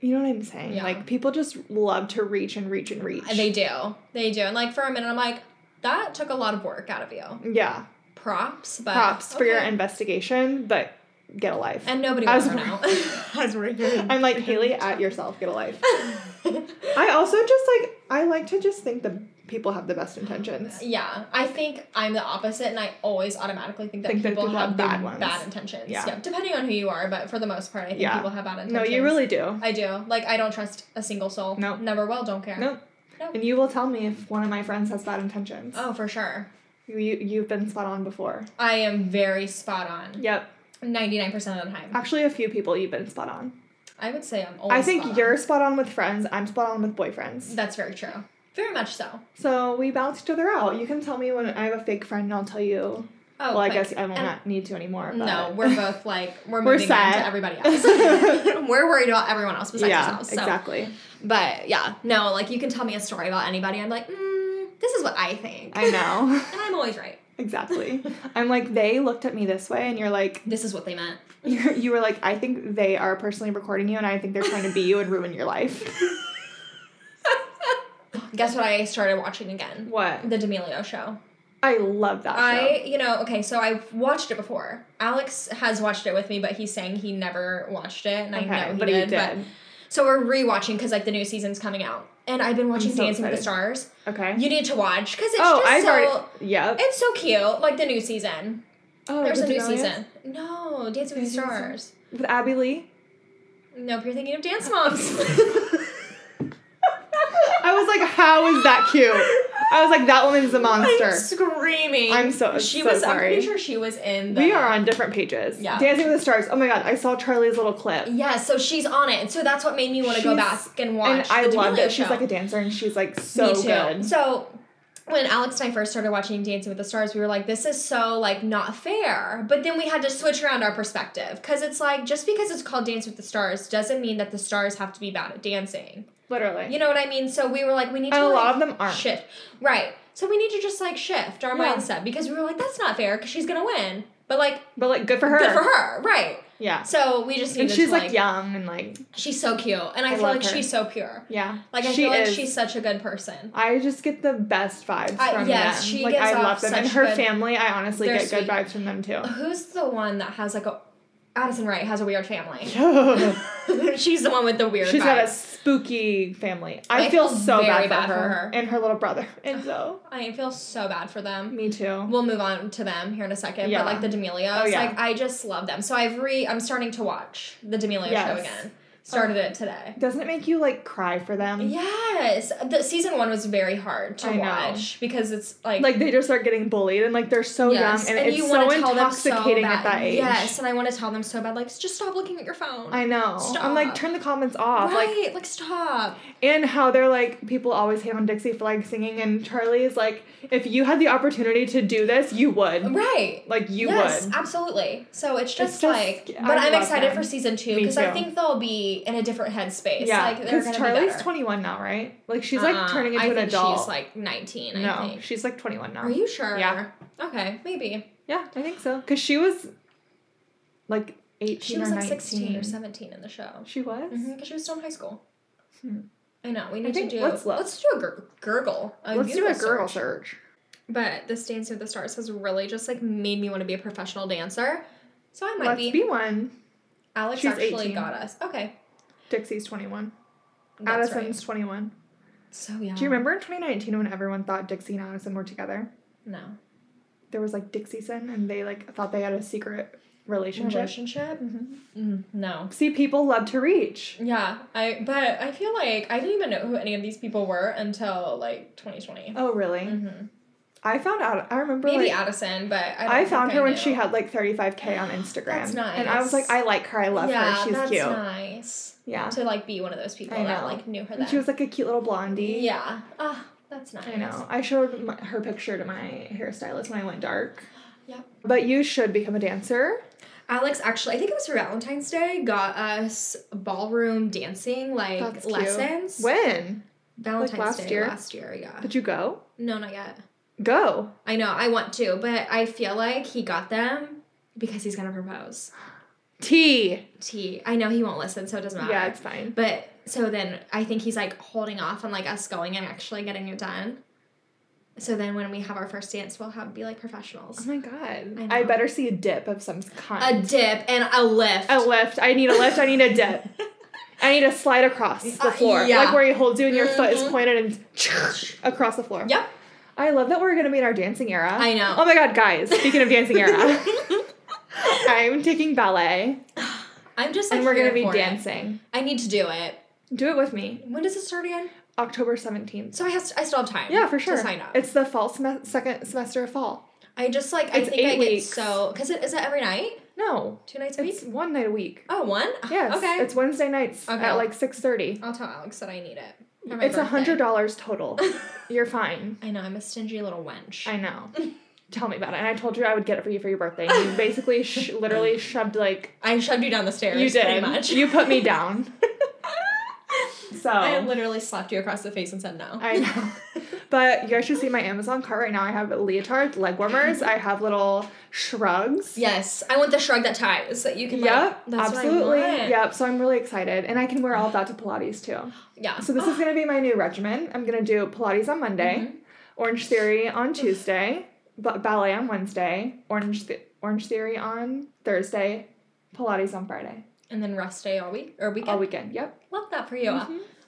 B: you know what I'm saying?
A: Yeah.
B: Like people just love to reach and reach and reach.
A: Uh, they do, they do, and like for a minute, I'm like that took a lot of work out of you.
B: yeah.
A: Props, but
B: Props for your
A: okay.
B: investigation, but get a life.
A: and nobody
B: As
A: wants to
B: we're-
A: know. As we're
B: I'm like Haley at yourself, get a life. I also just like I like to just think the people have the best intentions.
A: Yeah, I think I'm the opposite, and I always automatically think that
B: Think that
A: people,
B: people
A: have,
B: have
A: the
B: bad ones.
A: bad intentions.
B: Yeah.
A: depending on who you are, but for the most part, I think
B: Yeah.
A: people have bad intentions.
B: No, you really do.
A: I do. Like I don't trust a single soul.
B: No.
A: Never will. Don't care.
B: No.
A: No.
B: And you will tell me if one of my friends has bad intentions.
A: Oh, Mm-hmm. for sure.
B: You, you you've been spot on before.
A: I am very spot on.
B: Yep.
A: Ninety nine percent of the time.
B: Actually, a few people you've been spot on.
A: I would say I'm. Always
B: I think
A: spot on.
B: you're spot on with friends. I'm spot on with boyfriends.
A: That's very true. Very much so. Oh,
B: So we balance each other out. You can tell me when I have a fake friend, and I'll tell you.
A: Oh,
B: well, I
A: quick.
B: guess I will
A: And-
B: not need to anymore. But
A: No, we're both like we're
B: We're
A: moving on
B: set.
A: to everybody else. we're worried about everyone else besides
B: yeah,
A: ourselves. So.
B: exactly.
A: But yeah, no, like you can tell me a story about anybody. I'm like, mm, this is what I think.
B: I know.
A: and I'm always right.
B: exactly. I'm like they looked at me this way, and you're like,
A: This is what they meant.
B: you you were like, I think they are personally recording you, and I think they're trying to be you and ruin your life.
A: Guess what I started watching again?
B: What?
A: The D'Amelio show.
B: I love that. show.
A: I, you know, okay, so I've watched it before. Alex has watched it with me, but he's saying he never watched it, and
B: Okay,
A: I know he
B: but he
A: did, But
B: did.
A: so we're rewatching because like the new season's coming out, and I've been watching
B: so
A: Dancing with the
B: excited.
A: Stars.
B: Okay.
A: You need to watch because it's
B: oh,
A: just
B: I've
A: so
B: already. Yep.
A: it's so cute. Like the new season.
B: oh,
A: There's
B: the
A: a new
B: Denalias?
A: season. No, Dancing with the
B: Dancing with the
A: Stars.
B: with Abby Lee.
A: Nope, you're thinking of Dance Moms.
B: I was like, how is that cute? I was like, that woman is a monster.
A: I'm screaming.
B: I'm so-
A: She
B: so
A: was. I'm
B: sorry.
A: pretty sure she was in. The,
B: we are on different pages.
A: Yeah.
B: Dancing with the Stars. Oh my god, I saw Charlie's little clip.
A: Yeah, so she's on it, and so that's what made me want to go
B: She's-
A: back and watch.
B: And I
A: the
B: love
A: D'Amelio
B: that she's
A: show.
B: like a dancer and she's like so
A: Me too.
B: good.
A: So when Alex and I first started watching Dancing with the Stars, we were like, "This is so like not fair." But then we had to switch around our perspective because it's like just because it's called Dance with the Stars doesn't mean that the stars have to be bad at dancing.
B: Literally.
A: You know what I mean? So we were like, we need to.
B: And a lot
A: like,
B: of them aren't.
A: Shift. Right. So we need to just like shift our
B: Yeah.
A: mindset because we were like, that's not fair because she's gonna win. But like,
B: but like good for her.
A: good for her. Right.
B: Yeah.
A: So we just
B: and
A: needed
B: she's
A: to
B: like,
A: like,
B: young and like
A: she's so cute, and I,
B: I
A: feel
B: love
A: like
B: her.
A: she's so pure.
B: yeah.
A: Like I
B: she
A: feel like
B: is-
A: she's such a good person.
B: I just get the best vibes
A: I-
B: from
A: yes,
B: them.
A: she
B: like
A: gives
B: I love
A: off
B: them. And
A: such
B: her
A: good-
B: family, I honestly
A: They're
B: get good
A: sweet.
B: vibes from them too.
A: Who's the one that has like a Addison Wright has a weird family.
B: she's
A: she's the one with the weird.
B: got a
A: vibes.
B: spooky family. I,
A: I
B: feel
A: feel
B: so
A: very
B: bad, for,
A: bad for
B: her.
A: her.
B: and her little brother Enzo.
A: I feel so bad for them.
B: Me too.
A: We'll move on to them here in a second.
B: Yeah.
A: But like the D'Amelio,
B: Oh, yeah.
A: like I just love them. So I've re I'm starting to watch the D'Amelio
B: Yes.
A: show again. Started it today.
B: Doesn't it make you like cry for them?
A: Yes, the season one was very hard to
B: Mm-hmm. I know.
A: watch because it's like
B: Like they just start getting bullied and like they're so
A: yes,
B: young and, it's
A: you
B: so
A: want to tell them so
B: intoxicating
A: bad.
B: at that age.
A: Yes, and I want to tell them so bad, like just stop looking at your phone.
B: I know. I'm like,
A: Stop.
B: turn the comments off. Like,
A: right, like, stop.
B: and how they're like, people always hate on Dixie for like singing, and Charlie is like, if you had the opportunity to do this, you would.
A: Right.
B: Like, you
A: yes,
B: would.
A: absolutely. So it's just,
B: just-
A: like,
B: I
A: but I'm
B: love
A: excited
B: them.
A: for season two
B: Me
A: because I
B: too.
A: think they'll be in a different headspace.
B: yeah,
A: like they're
B: because
A: gonna be
B: Charlie's
A: better.
B: 21 now, right? Like, she's
A: Uh-uh,
B: like turning into
A: I
B: an
A: think
B: adult.
A: She's like 19, I
B: no,
A: think.
B: she's like 21 now.
A: Are you sure?
B: Yeah.
A: Okay, maybe.
B: Yeah, I think so. Because she was like 18
A: She was
B: or
A: like
B: 19.
A: 16 or Mm-hmm. 17 in the show.
B: She was?
A: Because she was still in high school.
B: Hmm.
A: I know. We need
B: think-
A: to do.
B: let's
A: Let's,
B: look.
A: do a gur- gurgle. A
B: Let's do a
A: Google
B: girl
A: search.
B: search.
A: But this Dance with the Stars has really just like made me want to be a professional dancer. So I might
B: Let's
A: be.
B: be one.
A: Alex
B: She's
A: actually
B: 18.
A: got us. Okay.
B: Dixie's 21.
A: That's right.
B: Addison's 21.
A: So yeah.
B: Do you remember in 2019 when everyone thought Dixie and Addison were together?
A: No.
B: There was like Dixieson and they like thought they had a secret relationship.
A: Relationship? Mm, no.
B: See, people love to reach.
A: Yeah, I but I feel like I didn't even know who any of these people were until like 2020.
B: Oh, really?
A: Mhm.
B: I found out. I remember
A: Maybe
B: like
A: Addison, but I, don't
B: I found
A: think
B: her
A: I
B: when
A: knew.
B: she had like 35k on Instagram.
A: That's nice.
B: And I was like, I like her. I love
A: yeah,
B: her. She's
A: that's
B: cute.
A: nice.
B: Yeah.
A: To like be one of those people
B: I
A: that
B: know.
A: like knew her. Then.
B: And she was like a cute little blondie.
A: yeah. Ah, that's nice.
B: I know. I showed my, her picture to my hairstylist when I went dark.
A: Yep.
B: But you should become a dancer.
A: Alex actually, I think it was for Valentine's Day, got us ballroom dancing like
B: That's cute.
A: lessons.
B: When?
A: Valentine's
B: last
A: Day
B: year?
A: last year, yeah.
B: Did you go?
A: No, not yet.
B: Go.
A: I know, I want to, but I feel like he got them because he's gonna propose.
B: T.
A: T. I know he won't listen, so it doesn't matter.
B: Yeah, it's fine.
A: But so then I think he's like holding off on like us going and actually getting it done. So then when we have our first dance, we'll have be like
B: Oh
A: professionals.
B: my god.
A: I
B: I,
A: know.
B: better see a dip of some
A: A
B: kind.
A: dip and a lift.
B: A, lift. I need a lift. I need a dip. I need to slide across the
A: Uh,
B: floor,
A: yeah.
B: like where he holds you and your foot is
A: Mhm.
B: pointed and across the floor.
A: Yep.
B: I love that we're gonna be in our dancing era.
A: I know.
B: Oh my god, guys! Speaking of dancing era, I'm taking ballet
A: I'm just like
B: and we're gonna
A: here
B: be
A: for it.
B: dancing.
A: I need to do it.
B: Do it with me,
A: When does it start again?
B: October seventeenth.
A: So I has I still have time.
B: Yeah, for sure.
A: To sign up.
B: It's the fall sem- second semester of fall.
A: I just like I
B: it's
A: think I get
B: eight weeks.
A: so because it is it every night,
B: No,
A: two nights a week.
B: it's one night a week.
A: Oh, one.
B: Yes.
A: Okay.
B: It's Wednesday nights
A: Okay.
B: at like six thirty.
A: I'll tell Alex that I need it. for my
B: It's a hundred
A: birthday.
B: dollars total. You're fine.
A: I know I'm a stingy little wench.
B: I know. Tell me about it. And I told you I would get it for you for your birthday. You basically sh- literally shoved like
A: I shoved you down the stairs.
B: you did.
A: pretty much.
B: You put me down. So
A: I
B: I,
A: literally slapped you across the face and said no.
B: know. But you guys should see my Amazon cart right now. I have leotards, leg warmers. I have little shrugs.
A: yes, I want the shrug that ties that you can.
B: Yep,
A: like, that's
B: absolutely.
A: What I want.
B: Yep, so I'm really excited. And I can wear all of that to Pilates too.
A: Yeah.
B: So this is gonna be my new regimen. I'm gonna do Pilates on Monday,
A: Mm-hmm.
B: Orange Theory on Tuesday, ba- ballet on Wednesday, Orange the- Orange Theory on Thursday, Pilates on Friday.
A: and then rest day all week or weekend.
B: All Mm-hmm. weekend. Yep.
A: Love that for you.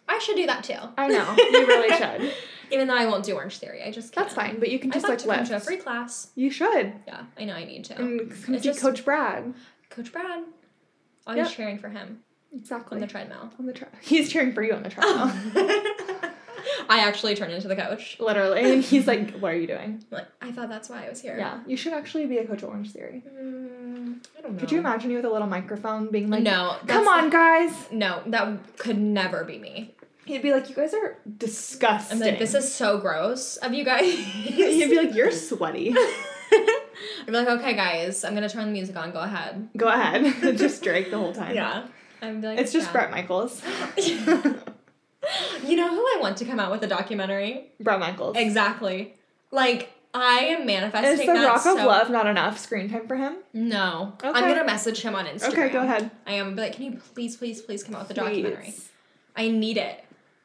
A: I should do that too.
B: I know. You really should.
A: Even though I won't do Orange Theory, I just can't.
B: That's fine, but you can
A: I'd
B: just
A: like
B: like
A: to
B: Mm.
A: come to a
B: lift.
A: free class.
B: You should.
A: Yeah, I know I need to.
B: And come
A: It
B: see
A: just-
B: Coach Brad.
A: Coach Brad, always
B: Yep.
A: cheering for him
B: Exactly.
A: on the Oh. treadmill.
B: on the tri- He's cheering for you on the treadmill. Oh.
A: I actually turned into the coach.
B: Literally. And he's like, What are you doing?
A: Like I thought that's why I was here.
B: Yeah. You should actually be a coach at Orange Theory.
A: Mm, I don't know.
B: Could you imagine you with a little microphone being like,
A: No. that's
B: Come on, guys.
A: the- no, that could never be me.
B: He'd be like, "You guys are
A: I'm
B: disgusting."
A: like, this is so gross of you guys.
B: He'd be like, "You're sweaty."
A: I'd be like, okay, guys, I'm gonna turn the music on. Go ahead.
B: Go ahead, just Drake the whole time.
A: Yeah. I'd be like,
B: it's just
A: yeah.
B: Brett Michaels.
A: You know who I want to come out with a documentary?
B: Brett Michaels.
A: Exactly. Like I am manifesting
B: Is the
A: that.
B: Rock of
A: so-
B: Love not enough screen time for him?
A: No,
B: Okay.
A: I'm gonna message him on Instagram.
B: Okay, go ahead.
A: I am be like, can you please, please, please come out with a documentary?
B: Please.
A: I need it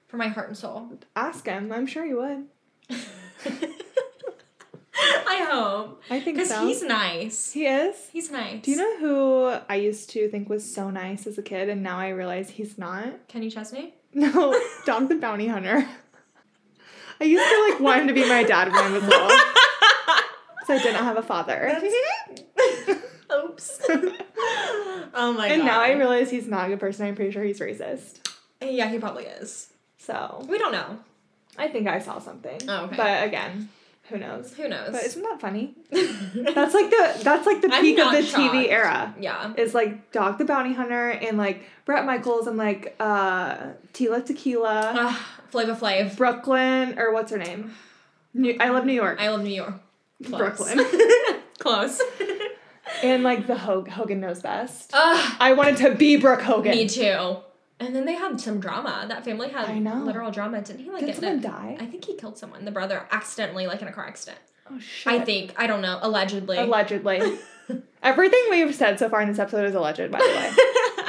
A: for my heart and soul.
B: Ask him. I'm sure you would.
A: I hope
B: I think
A: because
B: so.
A: he's nice.
B: he is.
A: He's nice.
B: Do you know who I used to think was so nice as a kid, and now I realize he's not?
A: Kenny Chesney?
B: No, Dog the Bounty Hunter. I used to like want him to be my dad when I was little, so I didn't have a father.
A: Oops. oh my god.
B: And now I realize he's not a good person. I'm pretty sure he's racist.
A: Yeah, he probably is.
B: So
A: We don't know.
B: I think I saw something.
A: Oh, okay.
B: But again, who knows?
A: Who knows?
B: But isn't that funny? That's like the that's like the
A: I'm
B: peak of
A: not
B: the TV
A: shocked.
B: era.
A: yeah.
B: Is like Dog the Bounty Hunter and like Brett Michaels and like uh Tila Tequila,
A: Uh, Flava Flav.
B: Brooklyn or what's her name? New, I love New York.
A: I love New York. Close.
B: Brooklyn.
A: Close.
B: and like the Hogan, Hogan knows best.
A: Ah,
B: I wanted to be Brooke Hogan.
A: me too. And then they had some drama. That family had
B: I know.
A: literal drama. Didn't he like
B: Did
A: get in
B: someone
A: a-
B: die?
A: I think he killed someone, the brother, accidentally, like in a car accident.
B: oh shit.
A: I think. I don't know. Allegedly.
B: Allegedly. Everything we've said so far in this episode is alleged, by the way.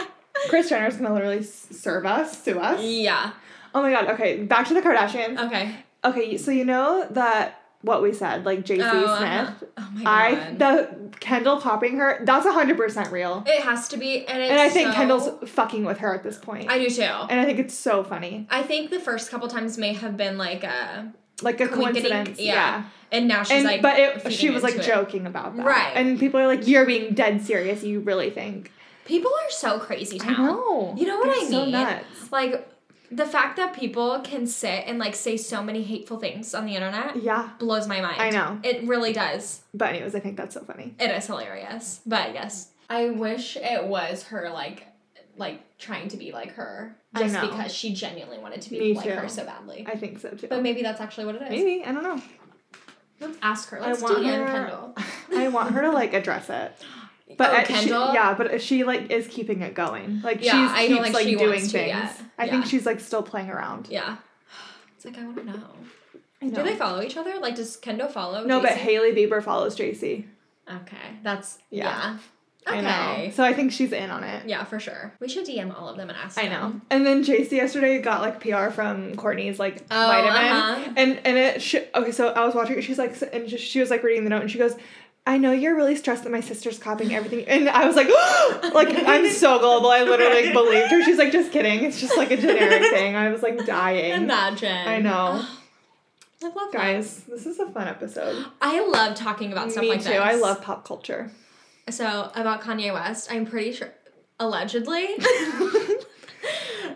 B: Chris Jenner's gonna literally s- serve us, sue us.
A: yeah.
B: Oh my god, okay, back to the Kardashians.
A: Okay.
B: Okay, so you know that what we said, like JC
A: Oh, uh-huh.
B: Smith.
A: Oh my god.
B: I the Kendall copying her, that's hundred percent real.
A: it has to be, and it's
B: and I think
A: so-
B: Kendall's fucking with her at this point.
A: I do too.
B: and I think it's so funny.
A: I think the first couple times may have been like a
B: Like a
A: coinkydink,
B: coincidence. Yeah.
A: And now she's
B: And
A: like,
B: but it, she
A: feeding
B: was like
A: into it.
B: joking about that.
A: Right.
B: And people are like, You're being dead serious, you really think.
A: People are so crazy now.
B: I know.
A: You know what
B: They're
A: I
B: so
A: mean?
B: nuts.
A: Like the fact that people can sit and like say so many hateful things on the internet
B: Yeah.
A: blows my mind.
B: I know.
A: It really does.
B: But anyways, I think that's so funny.
A: It is hilarious. But yes. I wish it was her like like trying to be like her.
B: I
A: Just
B: know.
A: because she genuinely wanted to be
B: Me
A: like
B: too.
A: her so badly.
B: I think so too.
A: but maybe that's actually what it is.
B: Maybe I don't know.
A: Let's ask her.
B: I
A: Let's
B: want
A: DM
B: her-
A: Kendall.
B: I want her to like address it, but
A: oh,
B: I- she-
A: Kendall?
B: yeah, but she like is keeping it going. Like
A: Yeah,
B: she's
A: I
B: keeps
A: don't think
B: like
A: she
B: doing
A: wants to
B: things.
A: yet.
B: I think
A: Yeah.
B: she's like still playing around.
A: Yeah. It's like I wanna know.
B: I know.
A: Do they follow each other? Like does Kendall follow?
B: no, but
A: Jason?
B: Haley Bieber follows JC.
A: Okay. That's
B: Yeah.
A: yeah.
B: I
A: Okay.
B: know. So I think she's in on it.
A: Yeah, for sure. We should DM all of them and ask.
B: I know.
A: them.
B: And then JC yesterday got like PR from Courtney's like
A: Oh,
B: vitamin,
A: uh-huh.
B: and and it sh- okay. So I was watching. it, She's like, s- and just, she was like reading the note, and she goes, I know you're really stressed that my sister's copying everything. And I was like, like, I'm so gullible. I literally believed her. She's like, just kidding. It's just like a generic thing. I was like dying.
A: Imagine.
B: I know.
A: I love
B: Guys, this is a fun episode.
A: That. I love talking about Uh, stuff
B: Me
A: like
B: too.
A: this.
B: I love pop culture.
A: So about Kanye West, I'm pretty sure, allegedly,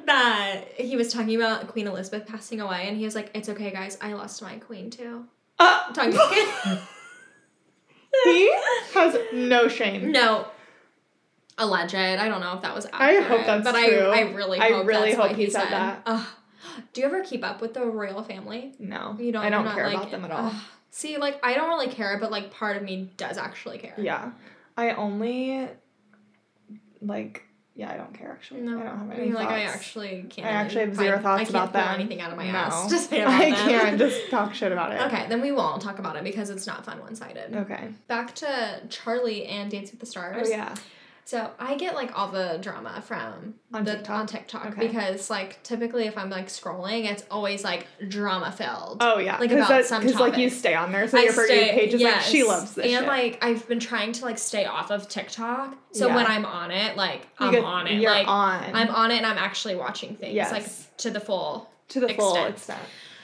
A: that he was talking about Queen Elizabeth passing away, and he was like, "It's okay, guys. I lost my queen too."
B: Uh,
A: Talking about
B: he has no shame.
A: no. Alleged. I don't know if that was
B: I
A: accurate.
B: hope that's
A: but
B: true.
A: I, I really
B: I
A: hope
B: really
A: that's
B: hope
A: what
B: he
A: he
B: said
A: said.
B: that.
A: Ugh. Do you ever keep up with the royal family?
B: No.
A: You don't.
B: I don't
A: you're not,
B: care
A: like-
B: about them at all.
A: ugh. see, like I don't really care, but like part of me does actually care.
B: Yeah. I only like yeah, I don't care actually.
A: No,
B: I don't have
A: I
B: any
A: mean, like I
B: thoughts.
A: actually can't.
B: I actually have
A: find-
B: zero thoughts
A: I can't
B: about
A: pull
B: them.
A: Anything out of my
B: No.
A: ass to say about
B: I
A: them.
B: can't just talk shit about it.
A: Okay, then we won't talk about it because it's not fun one sided.
B: Okay.
A: Back to Charlie and Dance with the
B: Oh
A: Stars.
B: yeah.
A: So I get like all the drama from
B: On
A: the
B: TikTok?
A: on TikTok
B: Okay.
A: because like typically if I'm like scrolling, it's always like drama filled.
B: Oh yeah.
A: Like, about
B: that-
A: some
B: like you
A: topic.
B: stay on there, so
A: I
B: your for you
A: stay-
B: page is like she
A: yes.
B: loves this.
A: And
B: shit.
A: like I've been trying to like stay off of TikTok. So
B: Yeah.
A: when I'm on it, like
B: You
A: I'm
B: get-
A: on it.
B: You're
A: like
B: on
A: I'm on it and I'm actually watching things
B: Yes.
A: like to the full
B: to the full
A: extent.
B: extent.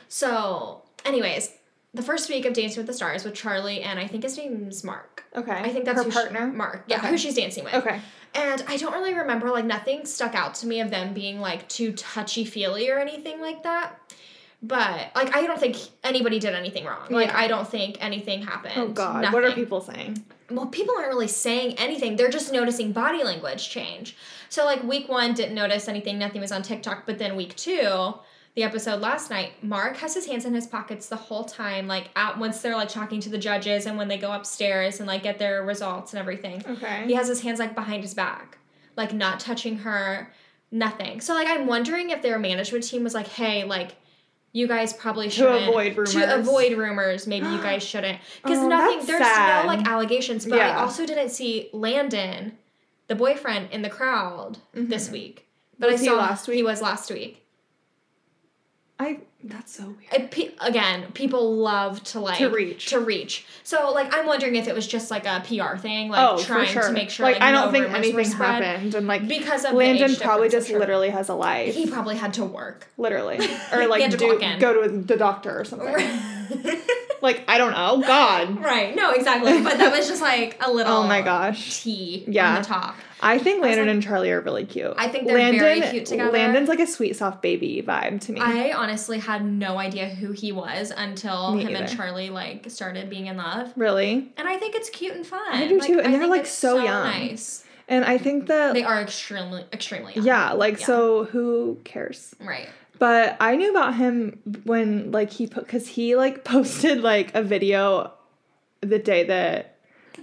A: So, anyways, the first week of Dancing with the Stars with Charlie and I think his name's Mark.
B: Okay.
A: I think that's
B: her
A: who she-
B: partner.
A: Mark. Yeah,
B: Okay.
A: who she's dancing with.
B: okay.
A: And I don't really remember like nothing stuck out to me of them being like too touchy feely or anything like that. But like I don't think anybody did anything wrong. Like
B: Yeah.
A: I don't think anything happened.
B: Oh god. What are
A: Nothing.
B: people saying?
A: Well, people aren't really saying anything. They're just noticing body language change. So, like, week one didn't notice anything, nothing was on TikTok. But then week two, the episode last night, Mark has his hands in his pockets the whole time, like, out once they're like talking to the judges and when they go upstairs and like get their results and everything.
B: Okay.
A: He has his hands like behind his back, like, not touching her, nothing. So, like, I'm wondering if their management team was like, hey, like, you guys probably should
B: avoid rumors.
A: To avoid rumors, maybe you guys shouldn't. Because
B: Oh,
A: nothing,
B: that's
A: there's
B: sad.
A: no like allegations. But
B: Yeah.
A: I also didn't see Landon, the boyfriend, in the crowd this week. But
B: Mm-hmm. Was
A: I
B: he
A: saw
B: last
A: he was last week.
B: I that's so weird.
A: I, pe- again, people love to like
B: To reach.
A: to reach. So like, I'm wondering if it was just like a PR thing, like
B: oh,
A: trying
B: for sure.
A: to make sure.
B: Like, I
A: no
B: don't think
A: rumors were
B: anything
A: spread.
B: happened, and like
A: because of the
B: Landon
A: age
B: probably
A: difference,
B: just
A: I'm sure.
B: literally has a life.
A: He probably had to work.
B: literally or
A: He
B: like
A: had to
B: do
A: walk in.
B: go to the doctor or something like i don't know god
A: Right. No, exactly. But that was just like a little.
B: oh my gosh
A: Tea
B: Yeah.
A: on the top.
B: i think landon
A: like-
B: and charlie are really cute
A: I think they're very cute together.
B: landon's like a sweet soft baby vibe to me
A: I honestly had no idea who he was until
B: Me
A: him and
B: either.
A: Charlie like started being in love,
B: really
A: and I think it's cute and fun.
B: I do too, and they're,
A: think
B: like,
A: it's
B: so young.
A: Nice.
B: and i think that
A: They are extremely, extremely young.
B: yeah like
A: Yeah.
B: so who cares
A: Right.
B: but i knew about him when like he put because he like posted like a video the day that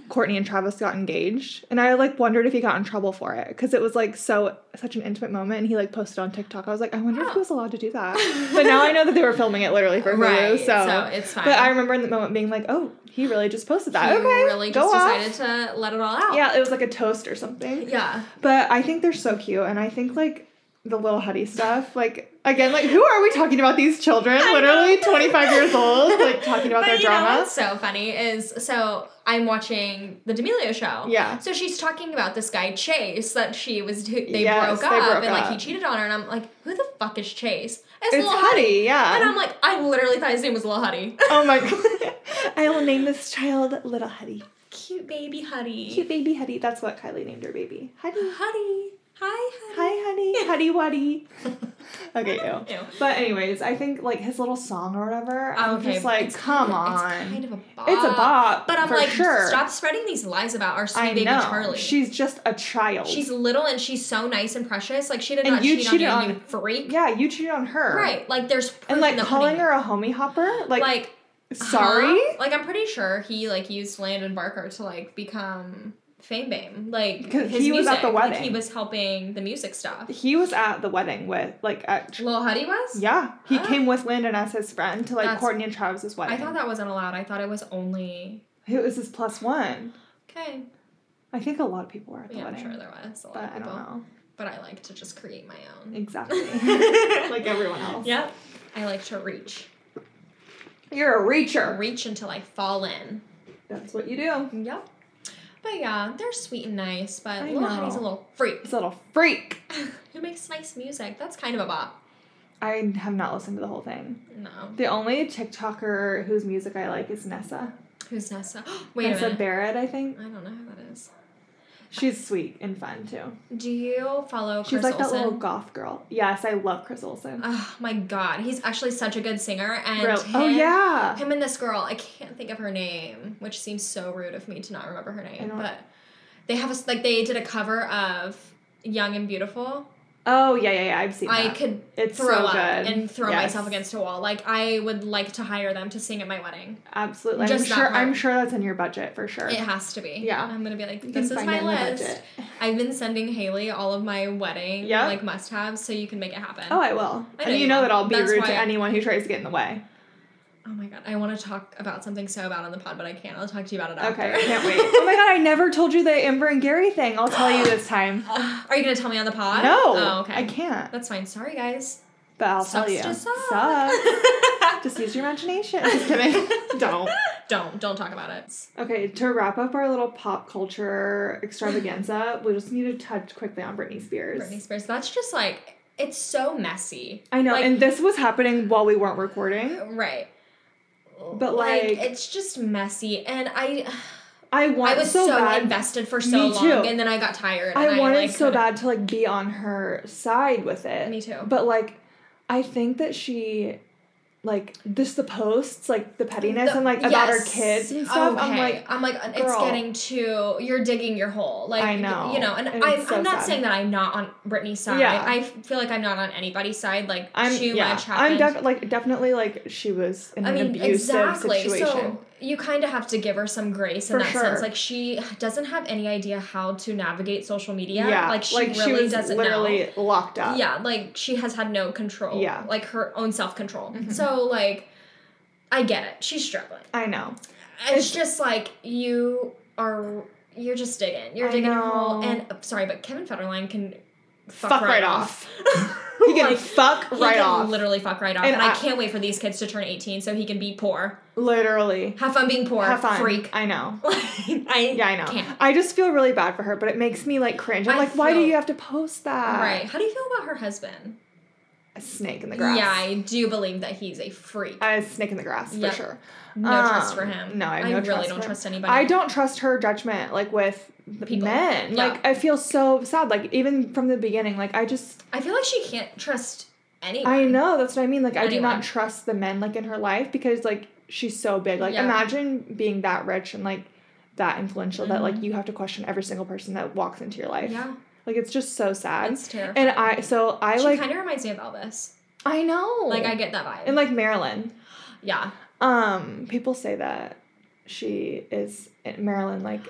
B: courtney and travis got engaged and i like wondered if he got in trouble for it because it was like so such an intimate moment and he like posted on tiktok i was like i wonder if he was allowed to do that but now i know that they were filming it literally for right,
A: Right,
B: so.
A: so it's fine.
B: but i remember in the moment being like oh he really just posted that
A: He
B: okay
A: really
B: go
A: just
B: off.
A: decided to let it all out.
B: yeah it was like a toast or something
A: Yeah.
B: but I think they're so cute, and I think like the little Huddy stuff, like again, like who are we talking about? These children, literally twenty five years old, like talking about
A: But
B: their
A: you know
B: drama.
A: what's so funny is so I'm watching the D'Amelio show.
B: Yeah.
A: So she's talking about this guy Chase that she was who- they
B: Yes,
A: broke
B: they
A: up
B: broke
A: and like
B: up.
A: he cheated on her and I'm like who the fuck is Chase?
B: It's
A: Lil
B: Huddy, yeah.
A: And I'm like I literally thought his name was Lil Huddy.
B: oh my god, I will name this child Little Huddy.
A: Cute baby Huddy.
B: Cute baby Huddy. That's what Kylie named her baby. Huddy.
A: Huddy. Hi Huddy.
B: Hi, honey. Huddy Wuddy. Okay, ew.
A: Ew.
B: But anyways, I think like his little song or whatever. I'm
A: Okay,
B: just like,
A: it's
B: come on.
A: It's kind of a bop.
B: It's a bop,
A: But I'm
B: for
A: like
B: sure.
A: stop spreading these lies about our sweet
B: I
A: baby
B: know.
A: Charlie.
B: She's just a child.
A: she's little and she's so nice and precious. Like she did
B: And
A: not
B: you
A: cheat
B: cheated
A: on you,
B: on-
A: you freak.
B: yeah. You cheated on her,
A: Right. Like there's proof
B: And
A: in
B: like
A: the
B: calling
A: pudding.
B: her a homie hopper, like,
A: like
B: Uh-huh. sorry.
A: huh? Like I'm pretty sure he like used Landon Barker to like become fame bame. Like
B: 'Cause
A: his
B: he was
A: music,
B: at the
A: Like, he
B: wedding.
A: was helping the music stuff.
B: He was at the wedding with like at tr-
A: Lil Huddy was.
B: yeah. He
A: Huh.
B: came with Landon as his friend to like
A: That's-
B: Courtney and Travis's
A: I
B: wedding.
A: thought that wasn't allowed. I thought it was only.
B: it was his plus one.
A: Okay.
B: I think a lot of people were at the
A: Yeah, I'm
B: wedding,
A: sure there was a lot
B: but
A: of
B: I don't
A: people.
B: know
A: But I like to just create my own.
B: exactly. like everyone else,
A: Yep. I like to reach.
B: you're a reacher.
A: Reach until I fall in.
B: That's what you do.
A: Yep. But yeah, they're sweet and nice, but
B: I
A: Little
B: know.
A: Hetty's a little freak
B: This little freak.
A: who makes nice music. That's kind of a bop.
B: I have not listened to the whole thing.
A: No.
B: The only TikToker whose music I like is Nessa.
A: Who's Nessa? Wait
B: Nessa
A: a minute.
B: Barrett, I think.
A: I don't know who that is.
B: She's sweet and fun too.
A: Do you follow
B: She's
A: Chris
B: like that
A: Olsen?
B: little goth girl. Yes, I love Chris Olsen.
A: Oh my god, he's actually such a good singer. And
B: Real-
A: him,
B: oh yeah.
A: him and this girl, I can't think of her name, which seems so rude of me to not remember her name.
B: don't-
A: But they have a s like they did a cover of Young and Beautiful.
B: Oh yeah, yeah, yeah. I've seen
A: I
B: that.
A: could
B: It's
A: throw
B: so
A: up
B: good.
A: and throw
B: Yes.
A: myself against a wall. Like I would like to hire them to sing at my wedding.
B: Absolutely.
A: Just
B: I'm
A: that
B: sure
A: part.
B: I'm sure that's in your budget for sure.
A: It has to be.
B: Yeah.
A: I'm gonna be like,
B: You
A: this
B: can
A: is
B: find
A: my
B: it in the
A: list.
B: budget.
A: I've been sending Haley all of my wedding
B: Yeah.
A: like must haves so you can make it happen.
B: Oh, I will.
A: I know
B: and you
A: you
B: know
A: will.
B: that I'll be
A: That's
B: rude
A: why-
B: to anyone who tries to get in the way.
A: Oh my god, I want to talk about something so bad on the pod, but I can't. I'll talk to you about it after.
B: Okay, I can't wait. oh my god, I never told you the Amber and Gary thing. I'll tell you this time.
A: Are you gonna tell me on the pod?
B: No,
A: Oh, okay.
B: I can't.
A: That's fine. Sorry, guys.
B: But I'll
A: Sucks
B: tell you.
A: to suck.
B: Sucks. Just use your imagination. Just kidding. Don't.
A: don't don't talk about it.
B: Okay, to wrap up our little pop culture extravaganza, we just need to touch quickly on Britney Spears.
A: Britney Spears. That's just like it's so messy.
B: I know,
A: Like-
B: and this was happening while we weren't recording.
A: Right.
B: But, like-
A: it's just messy, and I
B: I want
A: I was so,
B: so, bad.
A: invested for so
B: Me too.
A: long, and then I got tired.
B: I
A: and
B: wanted
A: like,
B: so
A: couldn't-
B: bad to like be on her side with it.
A: Me too.
B: But like, I think that she, like, just the posts, like the pettiness,
A: The-
B: and like about her
A: yes.
B: kids and stuff. I'm
A: Okay.
B: like,
A: I'm like, it's
B: girl.
A: getting too. You're digging your hole. Like,
B: I know.
A: you know. And
B: And
A: I'm,
B: it's so
A: I'm not
B: sad.
A: saying that I'm not on Britney's side.
B: Yeah.
A: I feel like I'm not on anybody's side. Like,
B: I'm
A: too
B: yeah,
A: much
B: I'm
A: happened.
B: def- like definitely like she was in
A: I
B: an
A: mean,
B: abusive
A: exactly.
B: situation.
A: So you kind of have to give her some grace in
B: For
A: that
B: sure.
A: sense. Like she doesn't have any idea how to navigate social media.
B: yeah,
A: like she really
B: was
A: doesn't
B: literally
A: know.
B: locked up.
A: Yeah, like she has had no control.
B: Yeah. Mm-hmm.
A: like her own self control. So like, I get it. She's struggling.
B: I know.
A: It's, just like you are. You're just digging. You're
B: I
A: digging a hole.
B: know.
A: And uh, sorry, but Kevin Federline can fuck,
B: Fuck right He can
A: Like,
B: fuck
A: He
B: right
A: can
B: off.
A: literally fuck right off.
B: And
A: And, I,
B: I-
A: can't wait for these kids to turn 18 so he can be poor.
B: literally.
A: Have fun being poor,
B: Have fun.
A: freak.
B: I know.
A: I
B: Yeah, I know.
A: Can't.
B: I just feel really bad for her, but it makes me like cringe. I'm
A: I
B: like, why do
A: feel-
B: you have to post that?
A: right. How do you feel about her husband?
B: A snake in the grass.
A: Yeah, I do believe that he's a freak.
B: a snake in the grass for
A: Yep.
B: sure.
A: no
B: Um,
A: trust for him.
B: No, I, have no
A: really
B: trust
A: don't
B: for him.
A: trust anybody.
B: I don't trust her judgment, like with the
A: People.
B: men.
A: Yeah.
B: Like I feel so sad. Like even from the beginning, like I just
A: I feel like she can't trust anyone.
B: I know that's what I mean. Like I do
A: Anyone.
B: not trust the men like in her life because like she's so big. Like
A: Yeah.
B: imagine being that rich and like that influential that
A: Mhm.
B: like you have to question every single person that walks into your life.
A: Yeah,
B: Like it's just so sad.
A: that's terrible.
B: and I so I
A: she
B: like Oh.
A: kind of reminds me of Elvis.
B: I know.
A: Like I get that vibe.
B: and like Marilyn.
A: yeah,
B: Um, people say that she is Marilyn, like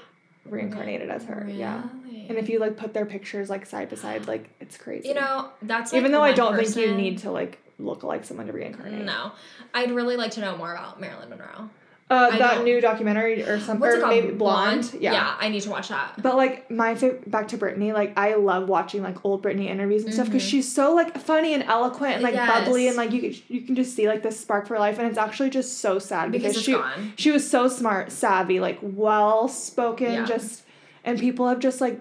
B: reincarnated as her. Yeah.
A: Really?
B: And if you like put their pictures like side by side, like it's crazy.
A: you know that's like,
B: even though I
A: one
B: don't think you
A: person-
B: need to like look like someone to reincarnate.
A: No, I'd really like to know more about Marilyn Monroe.
B: Uh,
A: I
B: that
A: don't-
B: new documentary or something,
A: What's it
B: or
A: called?
B: maybe Blonde. Yeah.
A: yeah, I need to watch that.
B: But like my favorite, back to Britney, like I love watching like old Britney interviews and stuff because she's so like funny and eloquent and like
A: Mm-hmm.
B: bubbly
A: Yes.
B: and like you can- you can just see like this spark for life and it's actually just so sad
A: Because
B: because,
A: it's
B: she
A: gone.
B: she was so smart, savvy, like well spoken,
A: Yeah.
B: just and people have just like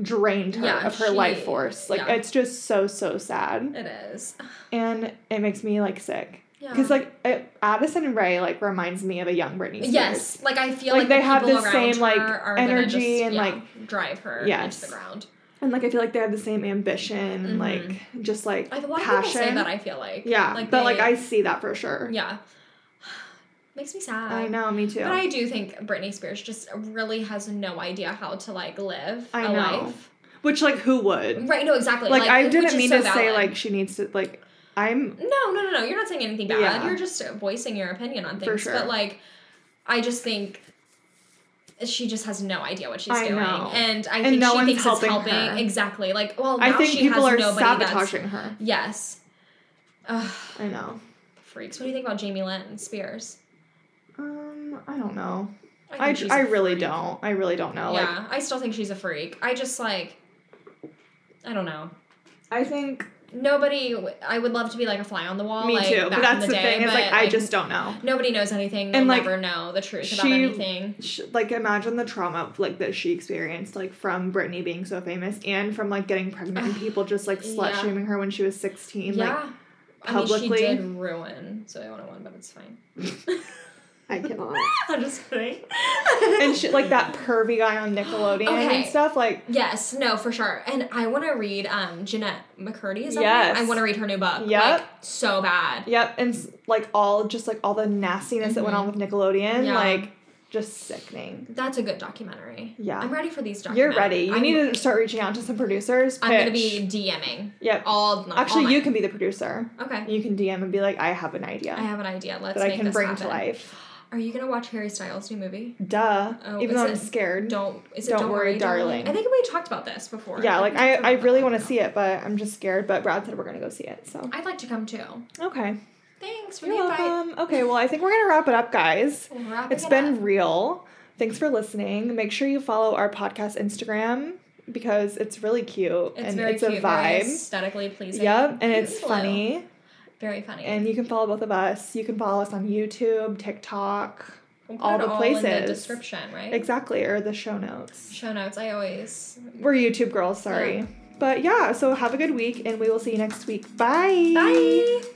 B: drained her
A: Yeah,
B: of her
A: she-
B: life force. Like
A: yeah.
B: it's just so so sad
A: It is.
B: and it makes me like sick
A: Yeah.
B: because like it, Addison Ray like reminds me of a young Britney. Spears.
A: Yes, like I feel
B: Like,
A: like,
B: they
A: the
B: have
A: people
B: the
A: around
B: same,
A: her
B: like,
A: are gonna
B: energy
A: just,
B: and,
A: yeah,
B: like-
A: drive her
B: Yes.
A: into the ground.
B: and like I feel like they have the same ambition and like just like
A: Mm-hmm. I, a lot
B: passion.
A: of people say that. I feel like
B: yeah, but like
A: they-
B: I see that for sure.
A: yeah, makes me sad.
B: I know, me too.
A: But I do think Britney Spears just really has no idea how to like live
B: I
A: a
B: know.
A: life.
B: Which like who would?
A: Right? No, exactly.
B: Like, I
A: which is
B: didn't mean
A: so
B: to say
A: valid.
B: like she needs to like I'm
A: No, no, no, no. You're not saying anything bad.
B: Yeah.
A: You're just voicing your opinion on
B: For
A: things.
B: sure.
A: But like, I just think she just has no idea what she's
B: I
A: doing,
B: know.
A: and I
B: And
A: think
B: no
A: she
B: one's
A: thinks
B: helping
A: it's helping.
B: her.
A: Exactly. Like, well,
B: I
A: now
B: think
A: she
B: people
A: has
B: are
A: nobody that's-
B: sabotaging her.
A: Yes. Ugh,
B: I know.
A: freaks. What do you think about Jamie Lynn Spears?
B: Um, I don't know.
A: I
B: I,
A: think she's
B: I
A: a
B: really
A: freak.
B: don't. I really don't know. Like
A: yeah, I still think she's a freak. I just like. I don't know.
B: I think
A: nobody. I would love to be like a fly on the wall.
B: Me
A: like,
B: too.
A: Back
B: But that's
A: in
B: the,
A: the, day,
B: thing. It's
A: but,
B: like, I just don't know.
A: nobody knows anything. We'll
B: And, like,
A: never know the truth about
B: she-
A: anything.
B: Sh like imagine the trauma like that she experienced like from Britney being so famous and from like getting pregnant and people just like slut
A: Yeah.
B: shaming her when she was 16
A: yeah.
B: like
A: I mean,
B: publicly-
A: she did ruin So I want to one, but it's fine.
B: I cannot
A: I'm just kidding.
B: and she like that pervy guy on Nickelodeon and
A: Okay.
B: stuff like
A: Yes, no, for sure. And I want to read um Jeanette McCurdy. Is that her
B: Yes.
A: name? I want to read her new book.
B: Yep.
A: Like, so bad.
B: yep and s- like all just like all the nastiness that went on with Nickelodeon
A: Mm-hmm. Yeah.
B: like just sickening
A: That's a good documentary.
B: Yeah.
A: I'm ready for these documentaries.
B: you're ready you
A: I'm,
B: need to start reaching out to some producers
A: I'm going to
B: Pitch.
A: be DMing
B: yep
A: all night.
B: actually you can be the producer
A: Okay.
B: you can DM and be like I have an idea
A: I have an idea. Let's
B: that I
A: make
B: can
A: this
B: bring
A: happen.
B: to life
A: Are you going to watch Harry Styles' new movie?
B: duh
A: Oh,
B: even
A: is
B: though
A: it-
B: I'm scared
A: Don't is it
B: Don't
A: Don't,
B: Worry, Darling.
A: I think we talked about this before.
B: Yeah, like I, I really want to
A: to
B: see it, but I'm just scared. But Brad said we're gonna go see it, so
A: I'd like to come too.
B: okay.
A: Thanks for
B: You're
A: the invite.
B: welcome. Okay, well I think we're gonna wrap it up, guys.
A: Wrapping
B: It's
A: it
B: been
A: up.
B: real. Thanks for listening. Make sure you follow our podcast Instagram because it's really cute
A: It's
B: and
A: very
B: it's
A: cute,
B: a
A: very
B: vibe.
A: aesthetically pleasing.
B: Yep, and it's
A: Beautiful.
B: funny.
A: Very funny.
B: And you can follow both of us. You can follow us on YouTube, TikTok,
A: We'll put
B: all
A: it
B: the
A: in
B: places.
A: the description, right?
B: exactly, or the show notes.
A: Show notes. I always.
B: We're YouTube girls, sorry.
A: Yeah.
B: But yeah, so have a good week, and we will see you next week. Bye.
A: Bye.